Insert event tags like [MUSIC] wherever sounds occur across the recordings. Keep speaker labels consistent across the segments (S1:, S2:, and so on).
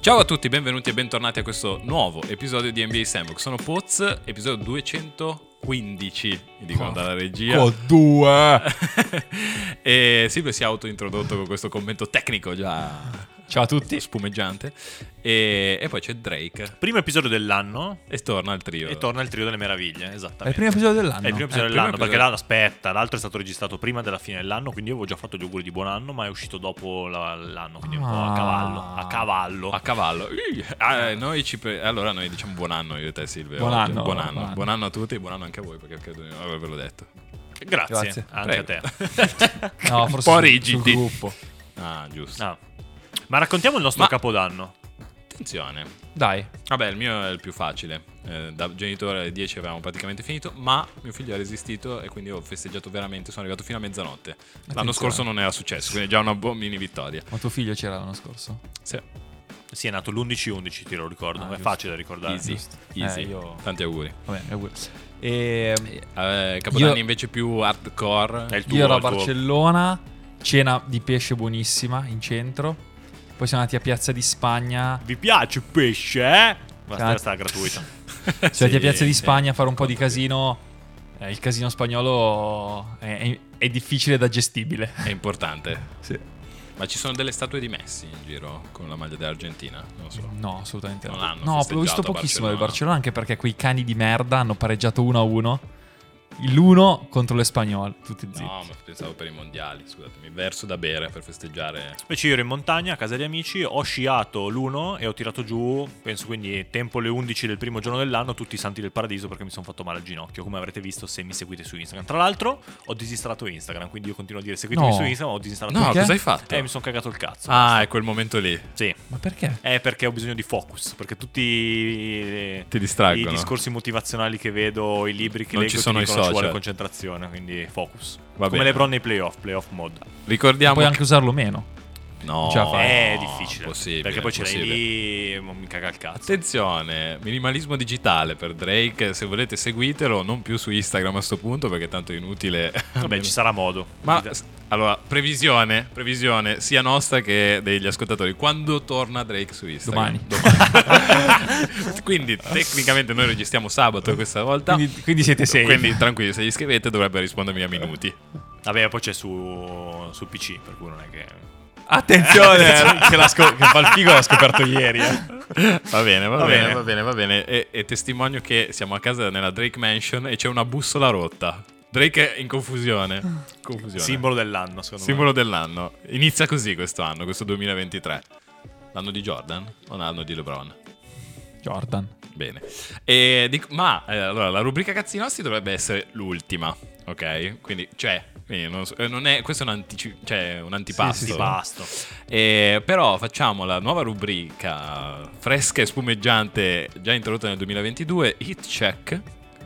S1: Ciao a tutti, benvenuti e bentornati a questo nuovo episodio di NBA Sandbox. Sono Poz, episodio 215, mi dicono dalla regia.
S2: Con due.
S1: [LAUGHS] e Silvio si è autointrodotto con questo commento tecnico già
S2: Ciao a tutti.
S1: spumeggiante. E, e poi c'è Drake
S3: Primo episodio dell'anno
S1: e torna al trio.
S3: e torna il trio delle meraviglie, esattamente.
S2: È il primo episodio dell'anno. Eh,
S3: È il primo
S1: è
S3: episodio
S1: il primo
S3: dell'anno,
S1: episodio.
S3: perché l'altro, aspetta, l'altro è stato registrato prima della fine dell'anno, quindi io avevo già fatto gli auguri di buon anno, ma è uscito dopo la- l'anno, quindi un po' a
S2: Ah.
S3: cavallo, a cavallo.
S1: A cavallo. Ih, ah, noi ci pre- Allora noi diciamo buon anno io e te Silvio.
S2: Buon
S1: Oggi.
S2: anno,
S1: buon anno.
S2: buon anno.
S1: Buon anno a tutti e buon anno anche a voi perché credo di non avervelo detto.
S3: Grazie,
S2: Grazie.
S3: anche
S1: Prego.
S3: a te.
S2: No,
S1: Un
S2: forse
S1: po'
S2: sul-
S1: rigidi.
S2: sul gruppo.
S1: [LAUGHS] Ah, giusto.
S3: Ah. Ma raccontiamo il nostro
S1: Ma-
S3: capodanno.
S1: Attenzione.
S2: Dai.
S1: Vabbè, il mio è il più facile. Eh, da genitore alle 10 avevamo praticamente finito, ma mio figlio ha resistito e quindi ho festeggiato veramente, sono arrivato fino a mezzanotte. L'anno
S2: Attenzione.
S1: scorso non era successo, quindi è già una buona mini vittoria.
S2: Ma tuo figlio c'era l'anno scorso?
S1: Sì,
S3: Sì, è nato l'11-11, te lo ricordo,
S2: Ah,
S3: è
S2: giusto.
S3: facile da ricordare.
S1: easy,
S2: giusto.
S1: easy.
S2: Eh, io-
S1: Tanti auguri.
S2: Vabbè, Ehm, auguri. E,
S1: Eh, Capodanno
S2: Io-
S1: invece più hardcore. [LAUGHS]
S3: È il tuo,
S2: io ero a
S3: il tuo.
S2: Barcellona, cena di pesce buonissima in centro. Poi siamo andati a Piazza
S1: [LAUGHS]
S2: di Spagna.
S3: Vi piace il pesce, eh? Ma
S2: Cazzo.
S3: questa è gratuita.
S1: [LAUGHS]
S2: Siamo andati a Piazza di
S1: sì.
S2: Spagna a fare un po' di casino. Eh, il casino spagnolo è, è- è difficile da gestibile. [LAUGHS]
S1: È importante.
S2: Sì.
S1: Ma ci sono delle statue di Messi in giro con la maglia dell'Argentina? Non so.
S2: No, assolutamente
S1: Non
S2: no.
S1: hanno
S2: No,
S1: festeggiato
S2: l'ho visto
S1: a
S2: pochissimo del
S1: Barcellona.
S2: Barcellona anche perché quei cani di merda hanno pareggiato 1 a 1. L'uno contro l'Espagnol, tutti zitti.
S1: No, ma pensavo per i mondiali, scusatemi. Verso da bere per festeggiare.
S3: Invece io ero in montagna a casa di amici, ho sciato l'uno e ho tirato giù, penso quindi tempo le 11 del primo giorno dell'anno, tutti i santi del paradiso perché mi sono fatto male al ginocchio, come avrete visto se mi seguite su Instagram. Tra l'altro ho disinstallato Instagram, quindi io continuo a dire seguitemi
S2: No.
S3: su Instagram, ho disinstallato
S1: No,
S2: Perché?
S1: cosa hai fatto?
S3: Eh, mi sono cagato il cazzo.
S1: Ah, è quel momento lì.
S3: Sì.
S2: Ma perché?
S3: È perché ho bisogno di focus, perché tutti i-
S1: Ti
S3: i
S1: distraggono.
S3: discorsi motivazionali che vedo, i libri che
S1: Non
S3: leggo
S1: ci
S3: ti
S1: sono i
S3: dicono ci vuole
S1: social.
S3: concentrazione, quindi focus.
S1: Va
S3: Come
S1: bene.
S3: LeBron nei playoff, playoff mode.
S1: Ricordiamo
S2: Puoi anche usarlo meno.
S1: No,
S2: Ce la fai.
S3: Eh, è difficile.
S1: possibile,
S3: perché poi ce l'hai
S1: possibile.
S3: lì, ma mi caga il cazzo.
S1: Attenzione, minimalismo digitale per Drake, se volete seguitelo, non più su Instagram a sto punto perché tanto è inutile.
S3: Vabbè,
S1: [LAUGHS]
S3: ci sarà modo.
S1: Ma
S3: Dai.
S1: s- allora, previsione, previsione sia nostra che degli ascoltatori. Quando torna Drake su Instagram?
S2: Domani.
S1: Domani. [LAUGHS] Quindi tecnicamente noi registriamo sabato questa volta.
S2: Quindi, quindi siete
S1: [LAUGHS]
S2: sei.
S1: Quindi tranquilli, se gli scrivete dovrebbe rispondermi a minuti.
S3: Vabbè, poi c'è su, su PC, per cui non è che.
S2: Attenzione!
S1: eh,
S3: [LAUGHS] che, la scop- che fa il figo l'ha scoperto ieri. eh.
S1: Va bene, va,
S3: Va
S1: bene,
S3: bene.
S1: va bene, va bene. E, e testimonio che siamo a casa nella Drake Mansion e c'è una bussola rotta. Drake è in confusione. Confusione.
S3: Simbolo dell'anno, secondo
S1: Simbolo dell'anno. Inizia così questo anno, questo 2023. L'anno di Jordan o l'anno di LeBron?
S2: [LAUGHS] Jordan.
S1: Bene. E dic- ma eh, allora la rubrica cazzi nostri dovrebbe essere l'ultima, ok? Quindi, cioè, quindi non so- eh, non è, questo è un, antici- cioè, un antipasto.
S2: Sì, sì,
S3: me. Di
S2: sì.
S3: pasto.
S1: Eh, però facciamo la nuova rubrica fresca e spumeggiante già introdotta nel 2022, Hit Check, che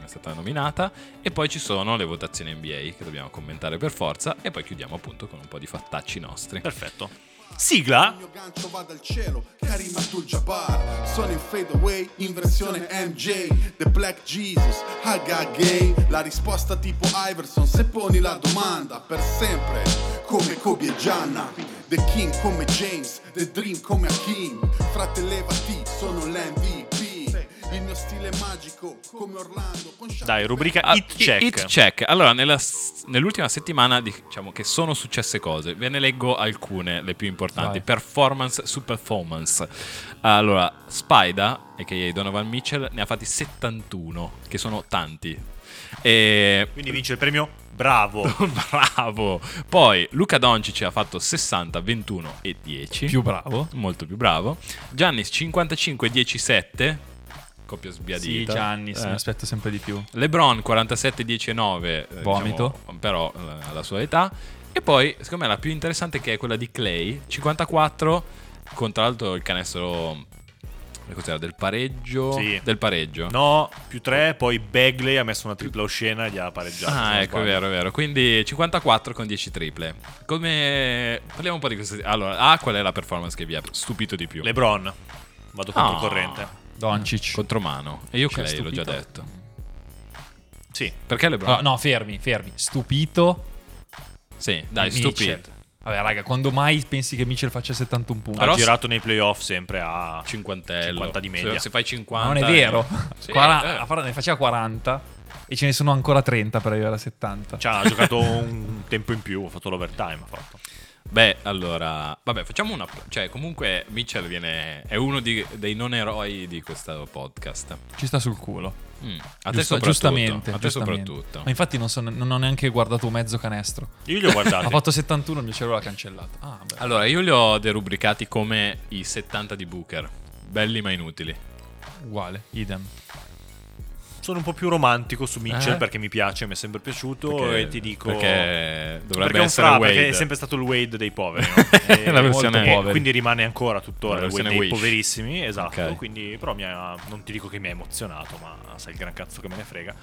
S1: è stata nominata, e poi ci sono le votazioni NBA che dobbiamo commentare per forza e poi chiudiamo appunto con un po' di fattacci nostri.
S3: Perfetto. Sigla.
S4: Il mio gancio va dal cielo, Karim Abdul-Jabbar Sono in fade away, in versione MJ The Black Jesus, Haga Gay La risposta tipo Iverson, se poni la domanda Per sempre, come Kobe e Gianna The King come James, The Dream come Hakim Frate levati, sono l'MVP Il mio stile è magico, come Orlando con Shaq-
S3: Dai, rubrica
S1: Ah,
S3: Hit
S1: i-
S3: Check.
S1: hit check. Allora, nella s- nell'ultima settimana diciamo che sono successe cose. Ve ne leggo alcune, le più importanti.
S2: Vai.
S1: Performance su performance. Allora, Spida, e che Donovan Mitchell, ne ha fatti 71, che sono tanti. E... [LAUGHS]
S3: Quindi vince il premio. Bravo.
S1: Bravo! Poi Luca Doncic ha fatto 60, 21 e 10.
S2: Più bravo.
S1: Molto più bravo. Giannis 55, 17. Coppia sbiadita.
S2: Sì, Giannis,
S1: Eh.
S2: mi aspetto sempre di più.
S1: LeBron 47 10 9 eh,
S2: Vomito.
S1: diciamo, però eh, alla sua età e poi secondo me la più interessante che è quella di Clay 54 con tra l'altro il canestro eh, cos'era, del pareggio
S3: Sì.
S1: del pareggio
S3: No, più tre. Ppoi Bagley ha messo una tripla oscena e gli ha pareggiato. se non
S1: Ah, ecco, è
S3: sbaglio.
S1: vero, è vero. Quindi 54 con 10 triple. Come parliamo un po' di queste Allora, A qual è la performance che vi ha stupito di più?
S3: LeBron. Vado
S1: Ah.
S3: contro il corrente.
S2: Doncic.
S1: Contro mano. E io
S2: Ci ha
S1: Clay l'ho già
S2: stupito.
S1: detto.
S3: Sì.
S1: Perché LeBron?
S2: Allora, no, Ah, fermi, fermi. Stupito.
S1: Sì, dai,
S2: Mitchell.
S1: stupito.
S2: Ha Vabbè, raga, quando mai pensi che Mitchell faccia 71 punti?
S1: Però
S3: ha
S1: se-
S3: girato nei playoff sempre a
S1: 50
S3: 50 di media.
S1: Se, se fai 50.
S2: non è vero. [LAUGHS]
S1: Sì,
S2: Qua-
S1: eh.
S2: a Farah ne faceva 40 e ce ne sono ancora 30 per arrivare a 70.
S3: Cioè, ha giocato [LAUGHS] un tempo in più, ha fatto l'overtime. Ha fatto.
S1: Beh, allora, vabbè, facciamo una. Cioè, comunque, Mitchell viene. È uno di- dei non eroi di questo podcast.
S2: Ci sta sul culo.
S1: Mm, A te
S2: Giusta-
S1: soprattutto.
S2: giustamente,
S1: a te
S2: giustamente.
S1: soprattutto.
S2: Ma infatti non, so- non ho neanche guardato mezzo canestro.
S3: Io li
S1: [LAUGHS]
S3: ho guardati.
S2: Ha fatto 71, il mio cervello l'ha cancellato. Ah, beh.
S1: Allora, io li ho derubricati come i 70 di Booker. Belli ma inutili.
S2: uguale, idem.
S3: Sono un po' più romantico su Mitchell
S1: Eh?
S3: perché mi piace, mi è sempre piaciuto
S1: Perché-
S3: e ti dico...
S1: Perché dovrebbe
S3: perché è un
S1: essere
S3: fra,
S1: Wade.
S3: perché è sempre stato il Wade dei poveri. no? E
S1: [LAUGHS] La versione
S3: molto po-
S1: poveri.
S3: Quindi rimane ancora tuttora
S1: La
S3: il Wade
S1: versione
S3: dei
S1: Wish.
S3: poverissimi, esatto.
S1: Ok.
S3: Quindi, però mi ha- non ti dico che mi ha emozionato, ma sai il gran cazzo che me ne frega.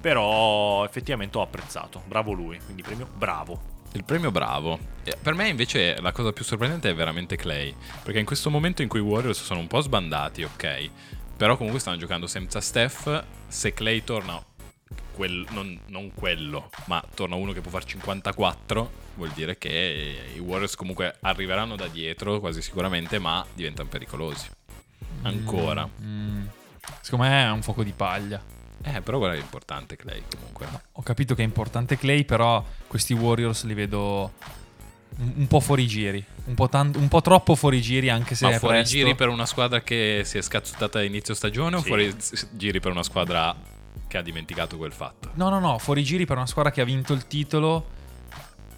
S3: Però effettivamente ho apprezzato. Bravo lui, quindi premio bravo.
S1: Il premio bravo. Eh, Per me invece la cosa più sorprendente è veramente Clay, perché in questo momento in cui i Warriors sono un po' sbandati, ok, però comunque stanno giocando senza Steph, se Clay torna, quel- non, non quello, ma torna uno che può far 54, vuol dire che i Warriors comunque arriveranno da dietro quasi sicuramente, ma diventano pericolosi. Ancora.
S2: Mm. Secondo me è un fuoco di paglia.
S1: Eh, però guarda, è importante Clay comunque.
S2: No, ho capito che è importante Clay, però questi Warriors li vedo un, un po' fuori giri. Un po', tan- un po' troppo fuori giri, anche se
S1: Ma
S2: è
S1: fuori
S2: presto.
S1: giri per una squadra che si è scazzottata a inizio stagione o
S3: Sì.
S1: fuori s- giri per una squadra che ha dimenticato quel fatto?
S2: No, no, no, fuori giri per una squadra che ha vinto il titolo.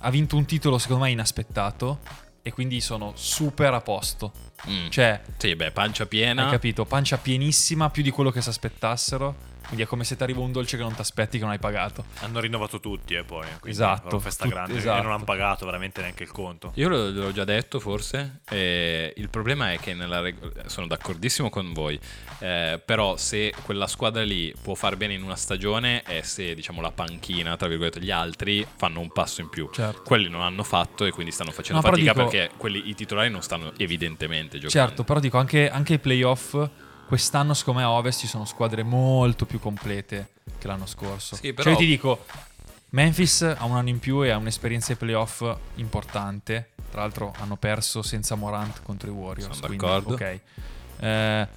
S2: Ha vinto un titolo, secondo me, inaspettato. E quindi sono super a posto.
S1: Mm.
S2: Cioè,
S1: sì, beh, pancia
S2: hai
S1: piena.
S2: capito, pancia pienissima, più di quello che si aspettassero. Quindi è come se ti arriva un dolce che non ti aspetti, che non hai pagato.
S3: Hanno rinnovato tutti e poi... Quindi,
S2: Esatto,
S3: però Festa
S2: tutti-
S3: grande. E
S2: esatto.
S3: non hanno pagato veramente neanche il conto.
S1: Io l'ho, l'ho già detto forse, eh, il problema è che nella reg- sono d'accordissimo con voi, eh, però se quella squadra lì può far bene in una stagione è se diciamo la panchina, tra virgolette, gli altri fanno un passo in più.
S2: Certo.
S1: Quelli non hanno fatto e quindi stanno facendo
S2: No, però
S1: fatica
S2: dico-
S1: perché quelli, i titolari non stanno evidentemente giocando.
S2: Certo, però dico anche, anche i playoff. Quest'anno, secondo me, a Ovest ci sono squadre molto più complete che l'anno scorso.
S1: Sì, però-
S2: Cioè, io ti dico, Memphis ha un anno in più e ha un'esperienza ai playoff importante. Tra l'altro, hanno perso senza Morant contro i Warriors.
S1: Sono
S2: quindi,
S1: d'accordo.
S2: ok. Eh,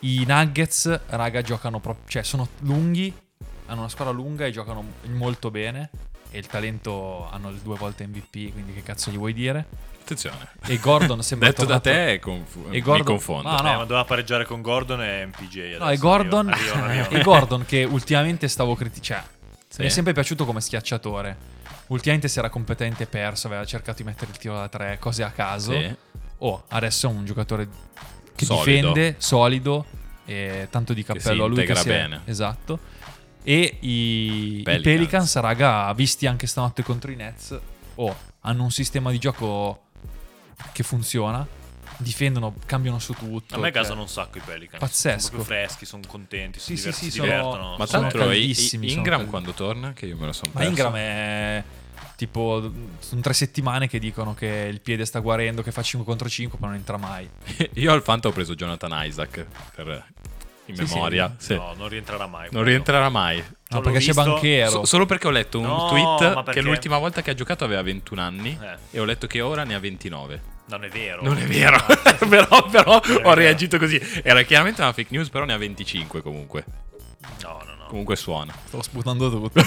S2: I Nuggets, raga, giocano proprio. Cioè, sono lunghi, hanno una squadra lunga e giocano molto bene. E il talento hanno il due volte MVP, quindi che cazzo gli vuoi dire?
S1: Attenzione.
S2: E Gordon sembra
S1: Detto da
S2: tornato-
S1: te è confu-
S2: E Gordon-
S1: mi confondo.
S2: Ah, no.
S3: Eh, ma doveva pareggiare con Gordon e MPJ.
S2: No,
S3: adesso.
S2: e Gordon,
S3: Arrivano, arrivano,
S2: [LAUGHS]
S3: arrivano.
S2: e Gordon che ultimamente stavo criticando.
S1: Sì.
S2: Mi è sempre piaciuto come schiacciatore. Ultimamente si era competente e perso, aveva cercato di mettere il tiro da tre, cose a caso.
S1: Sì.
S2: Oh, adesso è un giocatore che
S1: Solido.
S2: difende, solido, e tanto di
S1: si
S2: cappello a lui che
S1: integra
S2: si è-
S1: bene.
S2: Esatto. E i i
S1: Pelicans.
S2: Pelicans. raga, visti anche stanotte contro i Nets, oh, hanno un sistema di gioco che funziona, difendono, cambiano su tutto.
S3: A me
S2: cioè-
S3: gasano un sacco i Pelicans.
S2: Pazzesco.
S3: Sono proprio freschi, sono contenti,
S2: Sì,
S3: si,
S2: sì,
S3: diver-
S2: sì,
S3: si
S2: sono-
S3: divertono.
S1: Ma
S2: Sono
S1: tanto i-
S2: caldissimi,
S1: i-
S2: sono
S1: Ingram
S2: caldissimi.
S1: quando torna, che io me lo sono
S2: Ma
S1: perso.
S2: Ingram è tipo. Sono tre settimane che dicono che il piede sta guarendo, che fa 5 contro 5, ma non entra mai.
S1: [LAUGHS] Io al Fanta ho preso Jonathan Isaac per... eh, in
S2: Sì, sì.
S1: memoria. Sì.
S3: No, non rientrerà mai.
S1: Non
S3: quello.
S1: rientrerà mai.
S2: No,
S3: l'ho
S2: perché c'è
S3: visto.
S2: banchero.
S1: So- solo perché ho letto un
S3: No, ma
S1: tweet
S3: perché?
S1: che l'ultima volta che ha giocato aveva 21 anni
S3: Eh.
S1: e ho letto che ora ne ha 29.
S3: Non è vero.
S1: Non è vero, [LAUGHS] però, però
S3: è
S1: ho
S3: vero.
S1: reagito così. Era chiaramente una fake news, però ne ha 25 comunque.
S3: No, no,
S1: [LAUGHS]
S3: no.
S1: Comunque suona.
S3: [LAUGHS]
S2: Sto sputando [LAUGHS] tutto.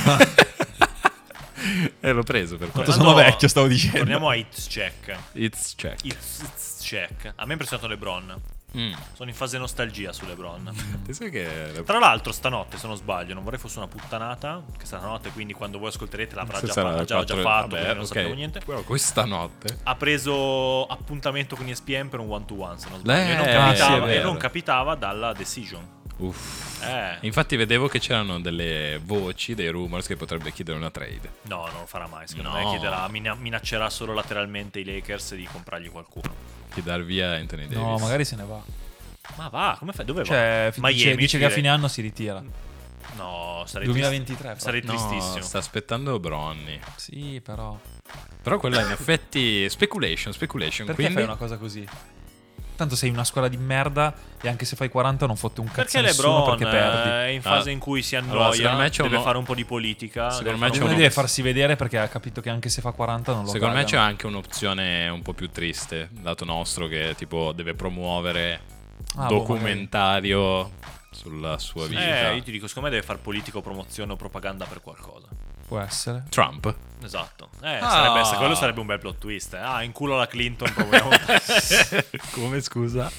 S1: e Eh, l'ho preso per
S3: Tornando-
S1: questo.
S2: sono vecchio, stavo dicendo.
S3: Torniamo a It's Check.
S1: It's check.
S3: It's, it's Check. A me è impressionato LeBron.
S1: Mm.
S3: Sono in fase nostalgia su LeBron.
S1: Penso che
S3: Tra l'altro, stanotte, se non sbaglio, non vorrei fosse una puttanata. Che stanotte, quindi quando voi ascolterete l'avrà
S1: Se
S3: già,
S1: sarà
S3: fatta, già, già
S1: quattro-
S3: fatto.
S1: vabbè,
S3: quindi non
S1: ok.
S3: sapevo niente.
S1: Però questa notte.
S3: ha preso appuntamento con ESPN per un one to one se non sbaglio
S1: Eh,
S3: e, non
S1: sì,
S3: capitava,
S1: è
S3: e
S1: vero.
S3: non capitava dalla decision
S1: Uff.
S3: eh,
S1: Infatti vedevo che c'erano delle voci, dei rumors che potrebbe chiedere una trade.
S3: no non lo farà mai secondo
S1: No.
S3: me chiederà, mina- minaccerà solo lateralmente i Lakers di comprargli qualcuno
S1: Di dar via Anthony Davis.
S2: No, magari se ne va.
S3: ma va come fai dove
S2: Cioè,
S3: va?
S2: dice,
S3: Eh, Miami
S2: dice che a
S3: direi.
S2: fine anno si ritira.
S3: no sarei
S2: 2023.
S3: trist- sarei
S1: No,
S3: tristissimo
S1: sta aspettando Bronny.
S2: però. Sì, però.
S1: Però quella in effetti speculation, speculation,
S2: Perché
S1: quindi
S2: fai una cosa così? tanto sei una squadra di merda e anche se fai 40 non fotti un cazzo
S3: Perché
S2: a nessuno
S3: LeBron
S2: perché
S3: eh,
S2: perdi. Cioè,
S3: è in fase
S1: Ah.
S3: in cui si annoia,
S1: Allora, secondo me c'è
S3: deve
S1: uno-
S3: fare un po' di politica.
S1: Secondo
S3: deve
S1: me
S3: fare
S1: c'è
S2: Uno
S3: un po'
S1: uno-
S2: deve farsi vedere perché ha capito che anche se fa 40 non lo
S1: Secondo me
S2: pagano.
S1: c'è anche un'opzione un po' più triste, lato nostro, che tipo deve promuovere
S2: Ah, boh,
S1: documentario sulla sua
S3: di-
S1: vita.
S3: Eh, io ti dico, secondo me deve fare politica o promozione o propaganda per qualcosa.
S2: Può essere.
S1: [LAUGHS] Trump.
S3: [LAUGHS] Esatto. Eh,
S1: Ah.
S3: sarebbe- se quello sarebbe un bel plot twist. eh. Ah, in culo la Clinton proviamo.
S1: Come scusa?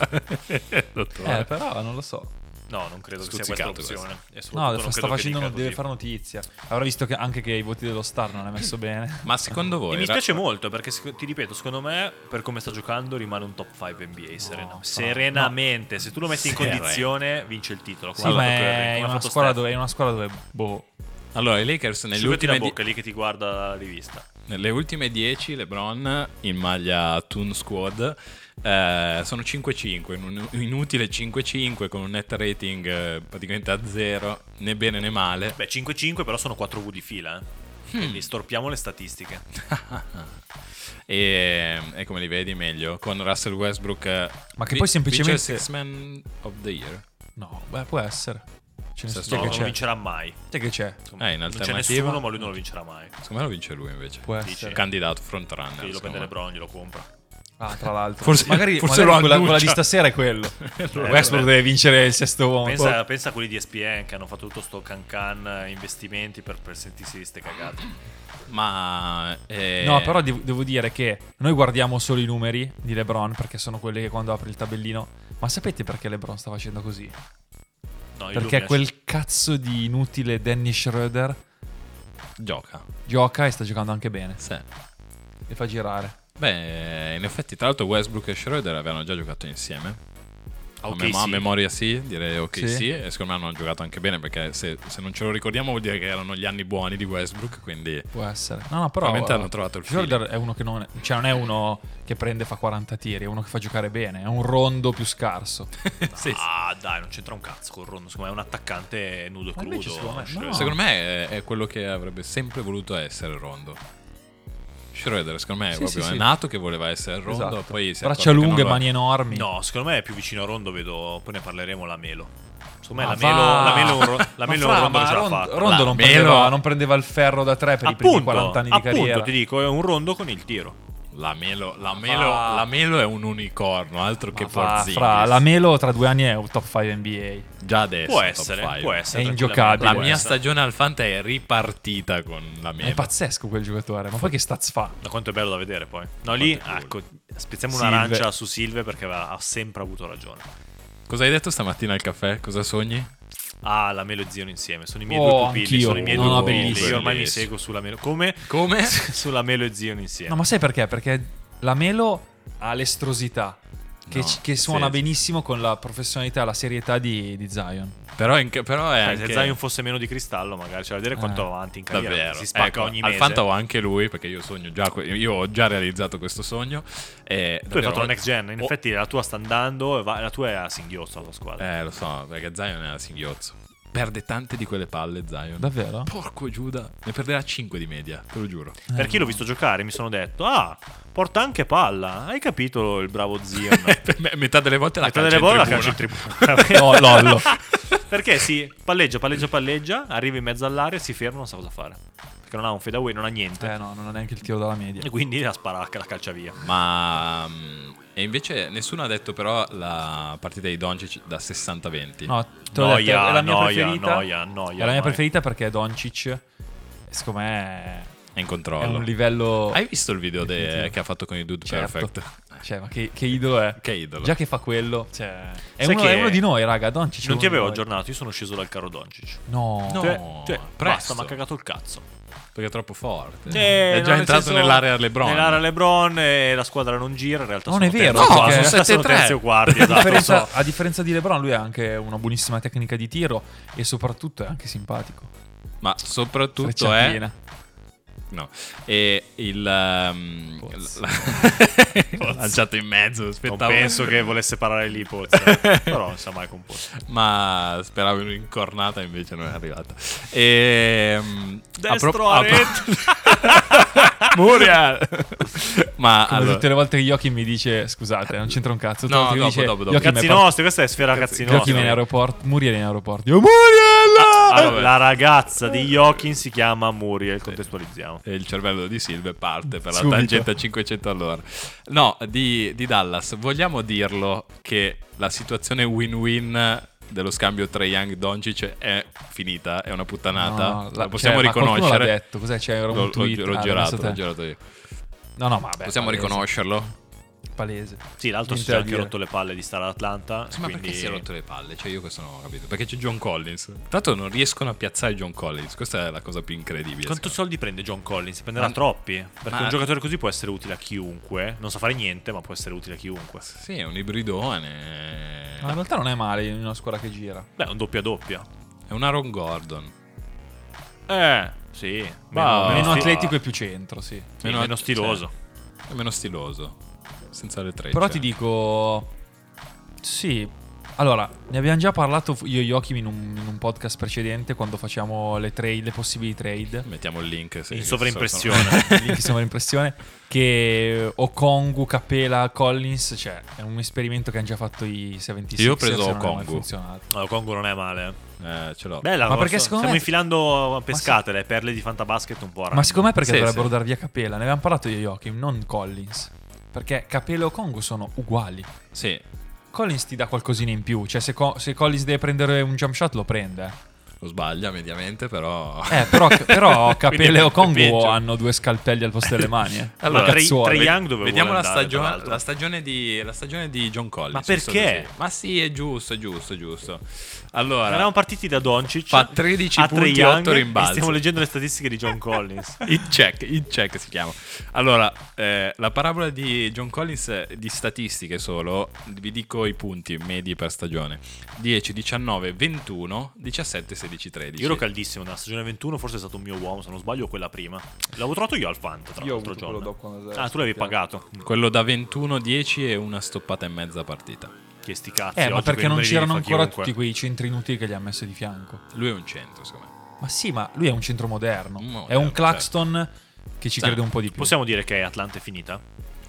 S2: Eh,
S1: [LAUGHS] Dottore.
S2: però non lo so.
S3: no, non credo che sia questa
S1: Stuzzicato
S3: l'opzione. E soprattutto
S2: No,
S3: non
S2: sta
S3: credo che
S2: facendo,
S3: dica
S2: non deve
S3: così.
S2: fare notizia. Avrà visto che anche che i voti dello Star non ha [LAUGHS] messo bene.
S1: Ma secondo voi...
S3: E mi
S1: ra-
S3: spiace molto perché, sec- ti ripeto, secondo me, per come sta giocando, rimane un top 5 NBA Serena.
S2: fra-
S3: Serenamente, se tu lo metti in
S1: Serena.
S3: condizione, vince il titolo.
S2: Sì,
S3: come ha
S2: ma
S3: fatto
S2: è
S3: Curry, come
S2: in
S3: ha
S2: una,
S3: fatto
S2: squadra
S3: Steph.
S2: dove, è in una squadra dove... Boh.
S1: Allora, i Lakers nelle
S3: Chiuditi
S1: ultime,
S3: la
S1: di-
S3: bocca lì che ti guarda di vista.
S1: nelle ultime 10 LeBron in maglia Toon Squad eh, sono 5-5, in un inutile 5-5 con un net rating eh, praticamente a zero, né bene né male.
S3: Beh, 5-5 però sono 4 V di fila, eh.
S2: Hmm.
S3: Quindi storpiamo le statistiche.
S1: e, e come li vedi meglio con Russell Westbrook eh,
S2: Ma che
S1: vi-
S2: poi semplicemente-
S1: vince il Six Man of the Year
S2: No, beh, può essere. Ce ne
S1: Sì,
S2: chi
S1: sì,
S2: è che
S3: No, non
S1: c'è?
S3: lo
S2: c'è.
S3: vincerà mai.
S2: Chi è che c'è?
S1: Eh, in
S3: non c'è
S1: alternativa-
S3: nessuno, ma lui non lo vincerà
S2: Eh,
S3: mai.
S1: secondo me lo vince lui invece
S2: Può
S3: Dici?
S2: essere.
S1: candidato frontrunner
S3: Quindi lo
S1: secondo
S3: prende
S1: me.
S3: LeBron, glielo compra.
S2: Ah, tra l'altro.
S1: Forse-
S2: magari,
S1: forse
S2: magari
S1: lo
S2: quella, quella di
S1: annuncia.
S2: stasera è [LAUGHS] quello.
S3: Eh,
S2: Westbrook
S3: vabbè.
S2: deve vincere il sesto uomo.
S3: Pensa, pensa a quelli di ESPN che hanno fatto tutto sto cancan eh, investimenti per, per sentirsi di ste cagate.
S1: ma eh,
S2: No, però devo, devo dire che noi guardiamo solo i numeri di LeBron perché sono quelli che quando apri il tabellino. Ma sapete perché LeBron sta facendo così?
S3: No,
S2: Perché
S3: Illuminati-
S2: quel cazzo di inutile Danny Schroeder
S1: gioca
S2: gioca e sta giocando anche bene.
S1: Sì.
S2: E fa girare.
S1: beh in effetti tra l'altro Westbrook e Schroeder avevano già giocato insieme
S3: Ah,
S1: a,
S3: ok,
S1: mem- a
S3: sì.
S1: memoria sì direi ok
S2: Sì.
S1: sì. e secondo me hanno giocato anche bene perché se, se non ce lo ricordiamo vuol dire che erano gli anni buoni di Westbrook quindi
S2: Può essere. No, no, però.
S1: Probabilmente hanno
S2: eh,
S1: trovato il
S2: Schroeder è uno che non è, cioè non è uno che prende e fa 40 tiri, è uno che fa giocare bene. È un rondo più
S3: [LAUGHS]
S2: scarso.
S1: sì, sì.
S3: Ah, dai, non c'entra un cazzo col rondo. Secondo me è un attaccante nudo e
S2: Ma invece secondo me
S3: crudo. eh,
S2: no.
S3: Schroeder.
S1: Secondo me è, è quello che avrebbe sempre voluto essere Rondo. Schroeder, secondo me, è
S2: Sì,
S1: proprio
S2: sì,
S1: è
S2: sì.
S1: nato che voleva essere Rondo.
S2: Esatto.
S1: Poi si è
S2: Braccia
S1: accorto che non
S2: lunghe,
S1: lo-
S2: mani enormi.
S3: No, secondo me è più vicino a Rondo, vedo, poi ne parleremo la Melo. Secondo me
S2: Ma
S3: la Melo,
S2: Ah, va.
S3: la Melo, è un ro- la
S2: Ma
S3: Melo è
S2: fra,
S3: un
S2: ma
S3: Rondo che ce l'ha
S2: Rondo-
S3: fatta.
S2: Rondo
S1: La
S2: non,
S1: Melo-
S2: prendeva, non prendeva il ferro da tre per i primi
S3: appunto,
S2: 40 anni di
S3: appunto,
S2: carriera.
S3: ti dico, è un Rondo con il tiro.
S1: La Melo, la Melo-
S2: va.
S1: la Melo è un unicorno, altro che
S2: Ah. Ma fra,
S1: Porzingis.
S2: fra,
S3: eh.
S2: la Melo tra due anni è un top 5 NBA.
S1: Già adesso
S3: Può
S1: top
S3: essere,
S1: five.
S3: può essere.
S2: È
S3: tranquillamente.
S2: ingiocabile.
S1: La
S2: può
S1: mia
S2: essere.
S1: stagione al Fanta è ripartita con la Melo.
S2: È pazzesco quel giocatore, ma poi che stats fa?
S3: Ma quanto è bello da vedere poi. No, lì, ecco, spezziamo
S2: Silve.
S3: un'arancia su Silve perché aveva- ha sempre avuto ragione.
S1: Cosa hai detto stamattina al caffè? Cosa sogni?
S3: Ah, la Melo e Zion insieme, sono i miei
S2: Oh,
S3: due pupilli,
S2: anch'io.
S3: sono i miei
S2: No,
S3: due
S2: no,
S3: pupilli.
S1: bellissimo.
S3: Io ormai mi
S1: Bellissimo.
S3: seguo sulla Melo. Come?
S1: Come?
S3: [LAUGHS] sulla Melo e Zion insieme.
S2: No, ma sai perché? Perché la Melo ha l'estrosità, che,
S1: No,
S2: che suona
S1: sì.
S2: benissimo con la professionalità, la serietà di, di Zion.
S1: Però, in- però è
S3: Sai,
S1: anche...
S3: Cioè, Se Zion fosse meno di cristallo, magari c'è da vedere quanto
S2: Ah,
S3: va avanti in carriera.
S1: Davvero,
S3: Si spacca
S1: Ecco,
S3: ogni
S1: al
S3: mese.
S1: Fanta ho anche lui perché io sogno già, que- io ho già realizzato questo sogno. E
S3: Tu hai
S1: davvero-
S3: fatto la next gen, in
S1: Oh,
S3: effetti la tua sta andando, e va- la tua è a singhiozzo la tua squadra.
S1: Eh, lo so, perché Zion è la singhiozzo. Perde tante di quelle palle, Zion.
S2: Davvero?
S1: Porco Giuda, ne perderà 5 di media, te lo giuro. [LAUGHS]
S3: per chi l'ho visto giocare mi sono detto, ah, porta anche palla, hai capito il bravo Zion?
S1: Per me- metà delle volte la
S3: Metà
S1: calcia
S3: delle
S1: in
S3: volte la
S1: tribuna.
S3: calcio in [LAUGHS]
S2: No,
S3: tribuna.
S2: Lollo.
S3: Perché si palleggia, palleggia, palleggia, arriva in mezzo all'area, si ferma, non sa cosa fare. Perché non ha un fadeaway, non ha niente.
S2: Eh no, non ha neanche il tiro dalla media.
S3: E quindi la sparacca, la calcia via.
S1: Ma... mm, E invece nessuno ha detto però la partita di Doncic da 60-20.
S2: No, te l'ho
S3: Noia,
S2: detto, è la mia
S3: noia,
S2: preferita. È
S3: noia, noia
S2: la mia
S3: ormai.
S2: preferita perché Doncic, secondo me,
S1: È in
S2: è
S1: controllo.
S2: un livello...
S1: Hai visto il video de-
S2: Definitivo.
S1: che ha fatto con i Dude
S2: Certo.
S1: Perfect? Eh,
S2: Cioè, ma che, che idolo è?
S1: Che idolo.
S2: Già che fa quello, cioè, è,
S3: Sai
S2: uno,
S3: che
S2: è uno di noi, raga. Doncic è
S3: Non ti
S2: uno di
S3: avevo
S2: noi.
S3: aggiornato, io sono sceso dal caro Doncic.
S2: No,
S1: No.
S3: Cioè, cioè, basta,
S1: presto.
S3: mi ha cagato il cazzo.
S1: Perché è troppo forte.
S3: Eh,
S1: è
S3: no,
S1: già
S3: nel
S1: entrato
S3: senso,
S1: nell'area LeBron.
S3: Nell'area Lebron e la squadra non gira. In realtà
S2: Non
S3: sono
S2: è vero,
S3: terzo,
S2: no,
S3: quarto,
S2: sono
S3: in realtà [LAUGHS] sono
S1: 7-3.
S3: terzi o quarti.
S2: a,
S3: esatto,
S2: differenza,
S3: lo so.
S2: a differenza di LeBron, lui ha anche una buonissima tecnica di tiro e soprattutto è anche simpatico.
S1: Ma soprattutto è
S2: Frecciatina.
S1: No. E il... ehm, [LAUGHS]
S2: Pozzo.
S1: la- lanciato in mezzo,
S3: Non
S1: aspettavo.
S3: penso che volesse parlare lì Pozzo, però non sa mai con Pozzo.
S1: Ma speravo in un'incornata, invece non è arrivata. Ehm, a
S3: Destro
S1: pro-
S3: a
S1: a pro- [LAUGHS] Muriel! Ma
S2: Come
S1: allora,
S2: tutte le volte che Yoki mi dice scusate, non c'entra un cazzo. Tutte le
S1: No,
S2: volte che mi
S1: dopo,
S2: dice,
S1: dopo, dopo.
S2: Yoki mi
S3: Cazzi
S2: è par-
S3: nostri, questa è sfera cazzi
S2: Yoki viene in
S3: nostri.
S2: aeroporto, Muriel è in aeroporto. Io Muriel!
S1: Ah, vabbè.
S3: Allora, la ragazza di Jokin si chiama Muriel, contestualizziamo.
S1: e il cervello di Silve parte per la
S2: Subito.
S1: tangente a 500 all'ora. No, di, di Dallas, vogliamo dirlo che la situazione win-win dello scambio tra Young Doncic è finita, è una puttanata.
S2: No, no, la-
S1: lo possiamo
S2: cioè, ma qualcuno
S1: riconoscere.
S2: l'ha detto, cos'è? C'era un
S1: L'ho- l'ho-
S2: tweet,
S1: l'ho
S2: ah,
S1: girato,
S2: adesso te.
S1: l'ho girato io.
S2: No, no, ma vabbè.
S1: Possiamo
S2: palese,
S1: riconoscerlo?
S2: Palese.
S3: Sì, l'altro si
S2: Niente
S3: è
S2: da
S3: anche
S2: dire.
S3: rotto le palle di stare ad Atlanta.
S1: Ma
S3: quindi...
S1: perché si è rotto le palle? Cioè, io questo non ho capito. Perché c'è John Collins. Tanto non riescono a piazzare John Collins. Questa è la cosa più incredibile.
S3: Quanto
S1: secondo
S3: soldi prende John Collins? Prenderà
S1: Ma-
S3: troppi. Perché
S1: ma-
S3: un giocatore così può essere utile a chiunque. Non sa fare niente, ma può essere utile a chiunque.
S1: me. Sì, è un ibridone.
S2: Ma in realtà non è male in una scuola che gira.
S3: Beh, è un doppia doppia.
S1: È un Aaron Gordon.
S3: Eh, sì. Meno,
S1: Wow.
S2: Meno
S3: sti-
S2: atletico e più centro, sì.
S3: sì, meno,
S1: meno-
S3: stiloso.
S1: È meno stiloso. Senza le trecce.
S2: Eh, Però ti dico... Sì. Allora, ne abbiamo già parlato fu- io e Joachim in un, in un podcast precedente quando facciamo le trade, le possibili trade.
S1: Mettiamo il link. sì,
S3: In
S1: che
S3: sovraimpressione.
S1: so- sono- [LAUGHS]
S2: Lì che siamo l'impressione che Okongu, Capela, Collins, cioè è un esperimento che hanno già fatto i 76
S1: Io ho preso Okongu.
S2: funzionato.
S3: [LAUGHS] No, Congo non è male.
S1: eh, ce l'ho.
S3: Bella,
S2: Ma
S3: lo
S2: perché
S3: so,
S2: secondo
S3: stiamo
S2: me-
S3: infilando pescate, le perle di fantabasket un po' a
S2: Ma secondo me perché
S1: Sì,
S2: dovrebbero
S1: sì.
S2: dar via Capela? Ne avevamo parlato io e Joachim, non Collins. Perché Capela e Okongu sono uguali.
S1: Sì,
S2: Collins ti dà qualcosina in più. Cioè, se, Co- se Collins deve prendere un jump shot, lo prende.
S1: lo sbaglia mediamente, però.
S2: Eh,
S1: [LAUGHS]
S2: però, però Capela
S3: Quindi
S2: e
S3: è
S2: Okongu
S3: peggio.
S2: hanno due scalpelli al posto delle mani. [LAUGHS] eh.
S1: Allora,
S2: Due
S3: Trae-
S2: cazzuoli.
S3: Trae Young dove
S1: Vediamo
S3: vuole
S1: la,
S3: andare, tra
S1: stagione-
S3: l'altro?
S1: la stagione di, la stagione di John Collins.
S3: Ma perché?
S1: giusto così. Ma sì, è giusto, è giusto, è giusto. Allora,
S3: Eravamo partiti da Doncic.
S1: Fa 13
S3: a Trae
S1: punti,
S3: Young,
S1: 8 rimbalzi.
S3: e Stiamo leggendo le statistiche di
S2: [LAUGHS]
S3: John Collins.
S1: Hit check, hit check si chiama. Allora, eh, la parabola di John Collins è di statistiche solo, vi dico i punti medi per stagione. 10, 19, 21, 17, 16, 13.
S3: Io ero caldissimo nella stagione 21, forse è stato un mio uomo, se non sbaglio, o quella prima. L'avevo trovato io al Fanta, tra
S2: Io ho
S3: l'altro
S2: avuto
S3: giorno.
S2: quello dopo, quando sei-
S3: ah, tu l'avevi pagato.
S1: Quello da 21, 10 e una stoppata e mezza partita.
S3: Che sti cazzi.
S2: Eh, ma
S3: oggi
S2: perché
S3: quei
S2: non
S3: numeri li
S2: c'erano
S3: fa
S2: ancora
S3: chiunque.
S2: tutti quei centri inutili che gli ha messo di fianco.
S1: Lui è un centro, secondo me.
S2: Ma sì, ma lui è un centro moderno.
S1: Mm,
S2: è un
S1: certo.
S2: Claxton che ci
S1: Sì.
S2: crede un po' di più.
S3: Possiamo dire che Atlanta è finita?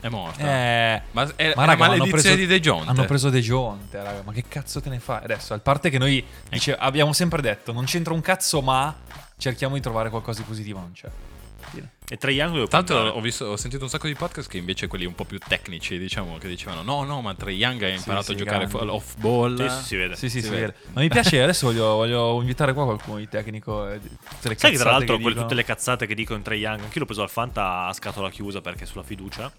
S1: È morto.
S2: Eh,
S1: Ma è- è la
S2: raga, ma hanno
S1: maledizione di De Jonte.
S2: Hanno preso De Jonte, raga, ma che cazzo te ne fai? Adesso, a parte che noi dice- abbiamo sempre detto, non c'entra un cazzo, ma cerchiamo di trovare qualcosa di positivo, non c'è.
S3: E Trae Young dove può
S1: Tanto
S3: andare?
S1: ho, visto- ho sentito un sacco di podcast che invece quelli un po' più tecnici, diciamo, che dicevano no, no, ma Trae Young ha imparato
S2: sì,
S1: a giocare
S2: grande.
S1: fu- off ball.
S3: Sì, sì, si vede.
S2: Sì, sì,
S1: si
S2: sì.
S1: vede.
S2: Ma mi piace, adesso voglio, voglio invitare qua qualcuno di tecnico. eh, di- tutte le
S3: Sai che
S2: cazzate
S3: tra l'altro
S2: che
S3: quelle-
S2: dicono.
S3: tutte le cazzate che dicono Trae Young, anch'io l'ho preso al Fanta a scatola chiusa perché è sulla fiducia.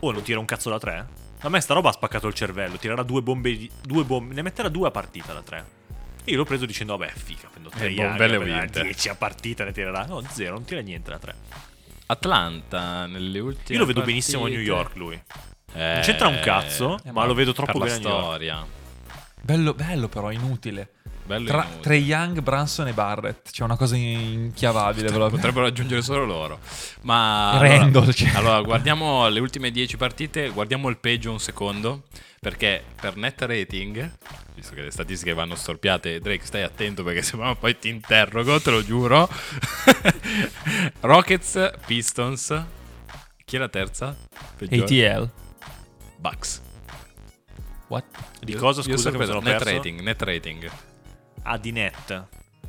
S3: Oh, non tira un cazzo da tre? A me sta roba ha spaccato il cervello, tirerà due bombe, di- due bombe, ne metterà due a partita da tre. E io l'ho preso dicendo, vabbè, figa, prendo Trae Young,
S1: bombe le
S3: prenderà
S1: vinte.
S3: 10 a partita ne tirerà. No, zero, non tira niente da tre.
S1: Atlanta nelle ultime.
S3: Io lo vedo
S1: partite-
S3: benissimo a New York lui.
S1: Eh,
S3: Non c'entra un cazzo,
S1: eh,
S3: ma lo vedo troppo
S1: per la
S3: bene a New York.
S1: storia.
S2: Bello, bello però, inutile.
S1: Bello
S2: Tra,
S1: inutile.
S2: tra Young, Branson e Barrett. C'è una cosa inchiavabile.
S3: Cioè,
S2: ve lo-
S1: Potrebbero raggiungere solo loro. Ma
S2: Randall,
S1: allora,
S2: cioè.
S1: allora, guardiamo le ultime 10 partite, guardiamo il peggio un secondo, perché per net rating, visto che le statistiche vanno storpiate, Drake stai attento perché se no poi ti interrogo, te lo giuro. [LAUGHS] Rockets, Pistons, chi è la terza? Peggiore?
S2: ATL.
S3: eh.
S1: Bucks.
S2: What?
S3: Di
S1: Io-
S3: cosa,
S1: io
S3: scusa, che mi
S1: sorpreso.
S3: sono
S1: net
S3: perso?
S1: rating, net rating.
S3: Ah, di net.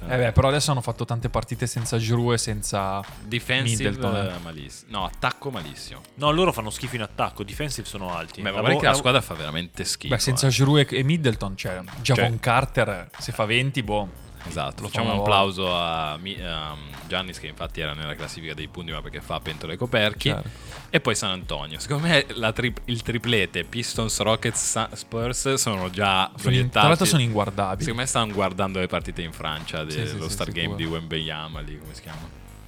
S2: Eh beh, però adesso hanno fatto tante partite senza Giroud e senza
S1: Defensive
S2: Middleton, eh.
S1: eh, malissimo. No, attacco malissimo.
S3: No, loro fanno schifo in attacco, defensive sono alti. Ah,
S1: Beh,
S3: boh,
S1: ma guarda
S3: L'avevo-
S1: che la
S3: l'avevo-
S1: squadra fa veramente schifo.
S2: Beh, senza
S1: eh.
S2: Giroud e e Middleton, cioè, Javon Carter se fa 20, boh.
S1: Esatto,
S2: Lo fa
S1: facciamo
S2: una
S1: un
S2: volta.
S1: applauso a Mi- a Giannis che infatti era nella classifica dei punti ma perché fa pentole e coperchi
S2: Certo.
S1: e poi San Antonio. Secondo me la tri- il triplete Pistons, Rockets, Sa- Spurs sono già
S2: Sono in- tra
S1: proiettati.
S2: l'altro sono inguardabili.
S1: Secondo me stanno guardando le partite in Francia dello
S2: Sì, sì, sì,
S1: Star Game
S2: sicuro.
S1: di Wembeyama lì, come si chiama?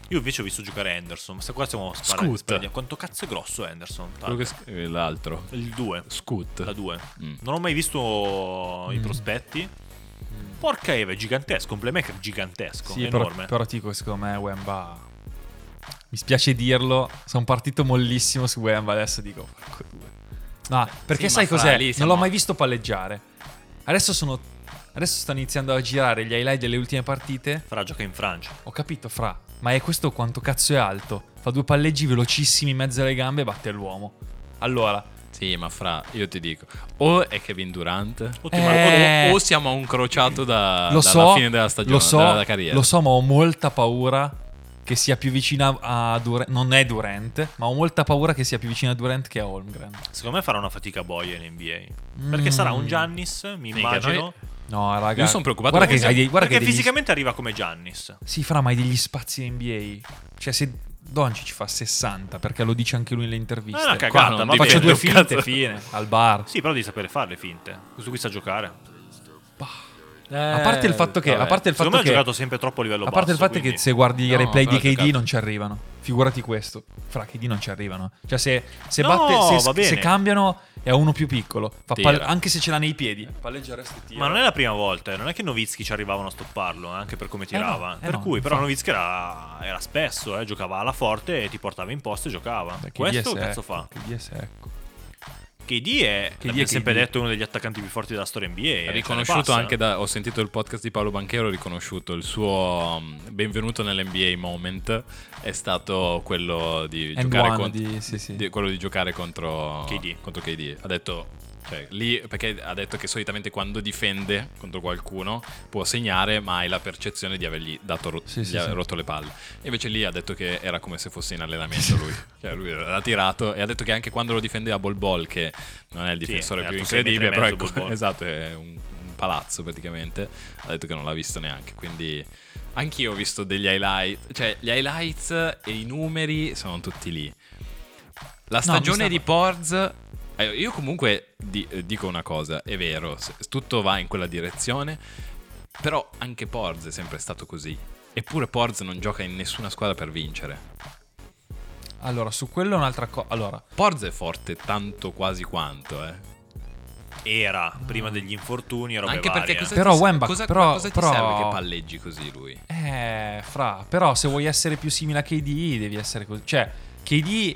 S3: Io invece ho visto giocare Anderson, ma sta qua stiamo
S1: Scoot.
S3: sparando. Quanto cazzo è grosso Anderson?
S1: Quello che sc- eh, l'altro.
S3: Il 2,
S1: Scoot.
S3: la 2.
S1: Mm.
S3: Non ho mai visto i
S2: Mm.
S3: prospetti.
S1: Mm.
S3: Porca Eva, è gigantesco, un playmaker gigantesco,
S2: Sì, però,
S3: enorme.
S2: però ti dico, secondo me Wemba mi spiace dirlo, sono partito mollissimo su Wemba, adesso dico porco due. No, perché
S1: Sì, ma
S2: sai
S1: fra
S2: cos'è?
S1: lì
S2: non
S1: siamo-
S2: l'ho mai visto palleggiare. Adesso sono adesso stanno iniziando a girare gli highlight delle ultime partite.
S3: Fra gioca in Francia.
S2: Ho capito, fra, ma è questo quanto cazzo è alto? Fa due palleggi velocissimi in mezzo alle gambe e batte l'uomo. Allora,
S1: Sì, ma fra, io ti dico, o è Kevin Durant, o,
S3: Ottimo.
S2: Eh.
S1: o siamo a un crociato da,
S2: lo
S1: dalla
S2: so,
S1: fine della stagione,
S2: lo so,
S1: della carriera.
S2: lo so, ma ho molta paura che sia più vicina a Durant, non è Durant, ma ho molta paura che sia più vicina a Durant che a Holmgren.
S3: Secondo me farà una fatica boia in NBA. Perché sarà un Giannis, mi
S1: Mm. Minchia,
S3: immagino.
S2: No, raga.
S1: Io sono preoccupato
S2: Guarda che
S1: perché-
S2: hai dei- guarda che
S3: perché
S2: hai degli-
S3: fisicamente arriva come Giannis.
S2: Sì, fra, ma hai degli spazi in NBA. Cioè, se Donci ci fa 60, perché lo dice anche lui nelle interviste.
S3: No, è una
S1: Qua
S3: cagata,
S1: non
S3: ma
S1: dipende
S2: Faccio due
S1: un
S2: finte,
S1: cazzo.
S2: fine. Al bar.
S3: Sì, però devi sapere fare le finte. Questo qui sa giocare.
S1: Eh,
S2: A parte il fatto che...
S1: vabbè.
S2: A parte il
S3: Secondo
S2: fatto
S3: me ha
S2: che...
S3: giocato sempre troppo a livello
S2: A
S3: basso.
S2: parte il fatto
S3: quindi-
S2: che se guardi i
S1: No,
S2: replay
S1: però
S2: di
S1: ha
S2: KD
S1: giocato.
S2: non ci arrivano. Figurati questo. Fra KD non ci arrivano. Cioè se, se
S3: No,
S2: batte,
S3: va
S2: se,
S3: bene.
S2: se cambiano è uno più piccolo. Fa
S1: Tira.
S2: pal- anche se ce l'ha nei piedi.
S1: Eh,
S2: Palleggia resto
S3: Ma non è la prima volta, eh. non è che Novitsky ci arrivavano a stopparlo, eh, anche per come tirava.
S2: no, eh
S3: per
S2: no,
S3: cui, però,
S2: infatti.
S3: Novitsky era, era spesso, eh, giocava alla forte e ti portava in posto e giocava. Questo che cazzo fa?
S2: Che DS ecco.
S3: KD è,
S2: KD è
S3: l'abbiamo sempre
S2: KD.
S3: detto, uno degli attaccanti più forti della storia NBA. eh,
S1: È
S3: cioè,
S1: riconosciuto
S3: passa.
S1: anche da ho sentito il podcast di Paolo Banchero ho riconosciuto il suo um, benvenuto nell'NBA moment è stato quello di
S2: And
S1: giocare
S2: one
S1: contro
S2: di- sì, sì.
S1: di- quello di giocare contro
S3: KD.
S1: contro KD. ha detto cioè, lì perché ha detto che solitamente quando difende contro qualcuno può segnare ma hai la percezione di avergli dato ro-
S2: Sì, sì,
S1: gli ha
S2: sì.
S1: rotto le palle e invece lì ha detto che era come se fosse in allenamento
S2: [LAUGHS]
S1: lui cioè lui l'ha tirato e ha detto che anche quando lo difendeva Bol Bol che non è il
S3: Sì,
S1: difensore
S3: è
S1: più
S3: alto sei metri e
S1: incredibile però
S3: mezzo, Bol
S1: ecco,
S3: Bol.
S1: [LAUGHS] esatto è un, un palazzo praticamente ha detto che non l'ha visto neanche quindi anch'io ho visto degli highlight cioè gli highlights e i numeri sono tutti lì la
S2: No, mi
S1: stagione
S2: sta-
S1: di Porz eh, io comunque di- eh, dico una cosa è vero se- tutto va in quella direzione però anche Porz è sempre stato così eppure Porz non gioca in nessuna squadra per vincere
S2: Allora, su quello è un'altra cosa. Allora,
S1: Porz è forte tanto quasi quanto eh
S3: Era prima degli infortuni, e robe
S1: anche
S3: varie.
S1: perché cosa
S2: Però
S1: ti,
S2: Wemba-
S1: cosa,
S2: però-
S1: cosa ti
S2: però-
S1: serve che palleggi così lui
S2: eh, fra, però se vuoi essere più simile a KD devi essere così. Cioè, KD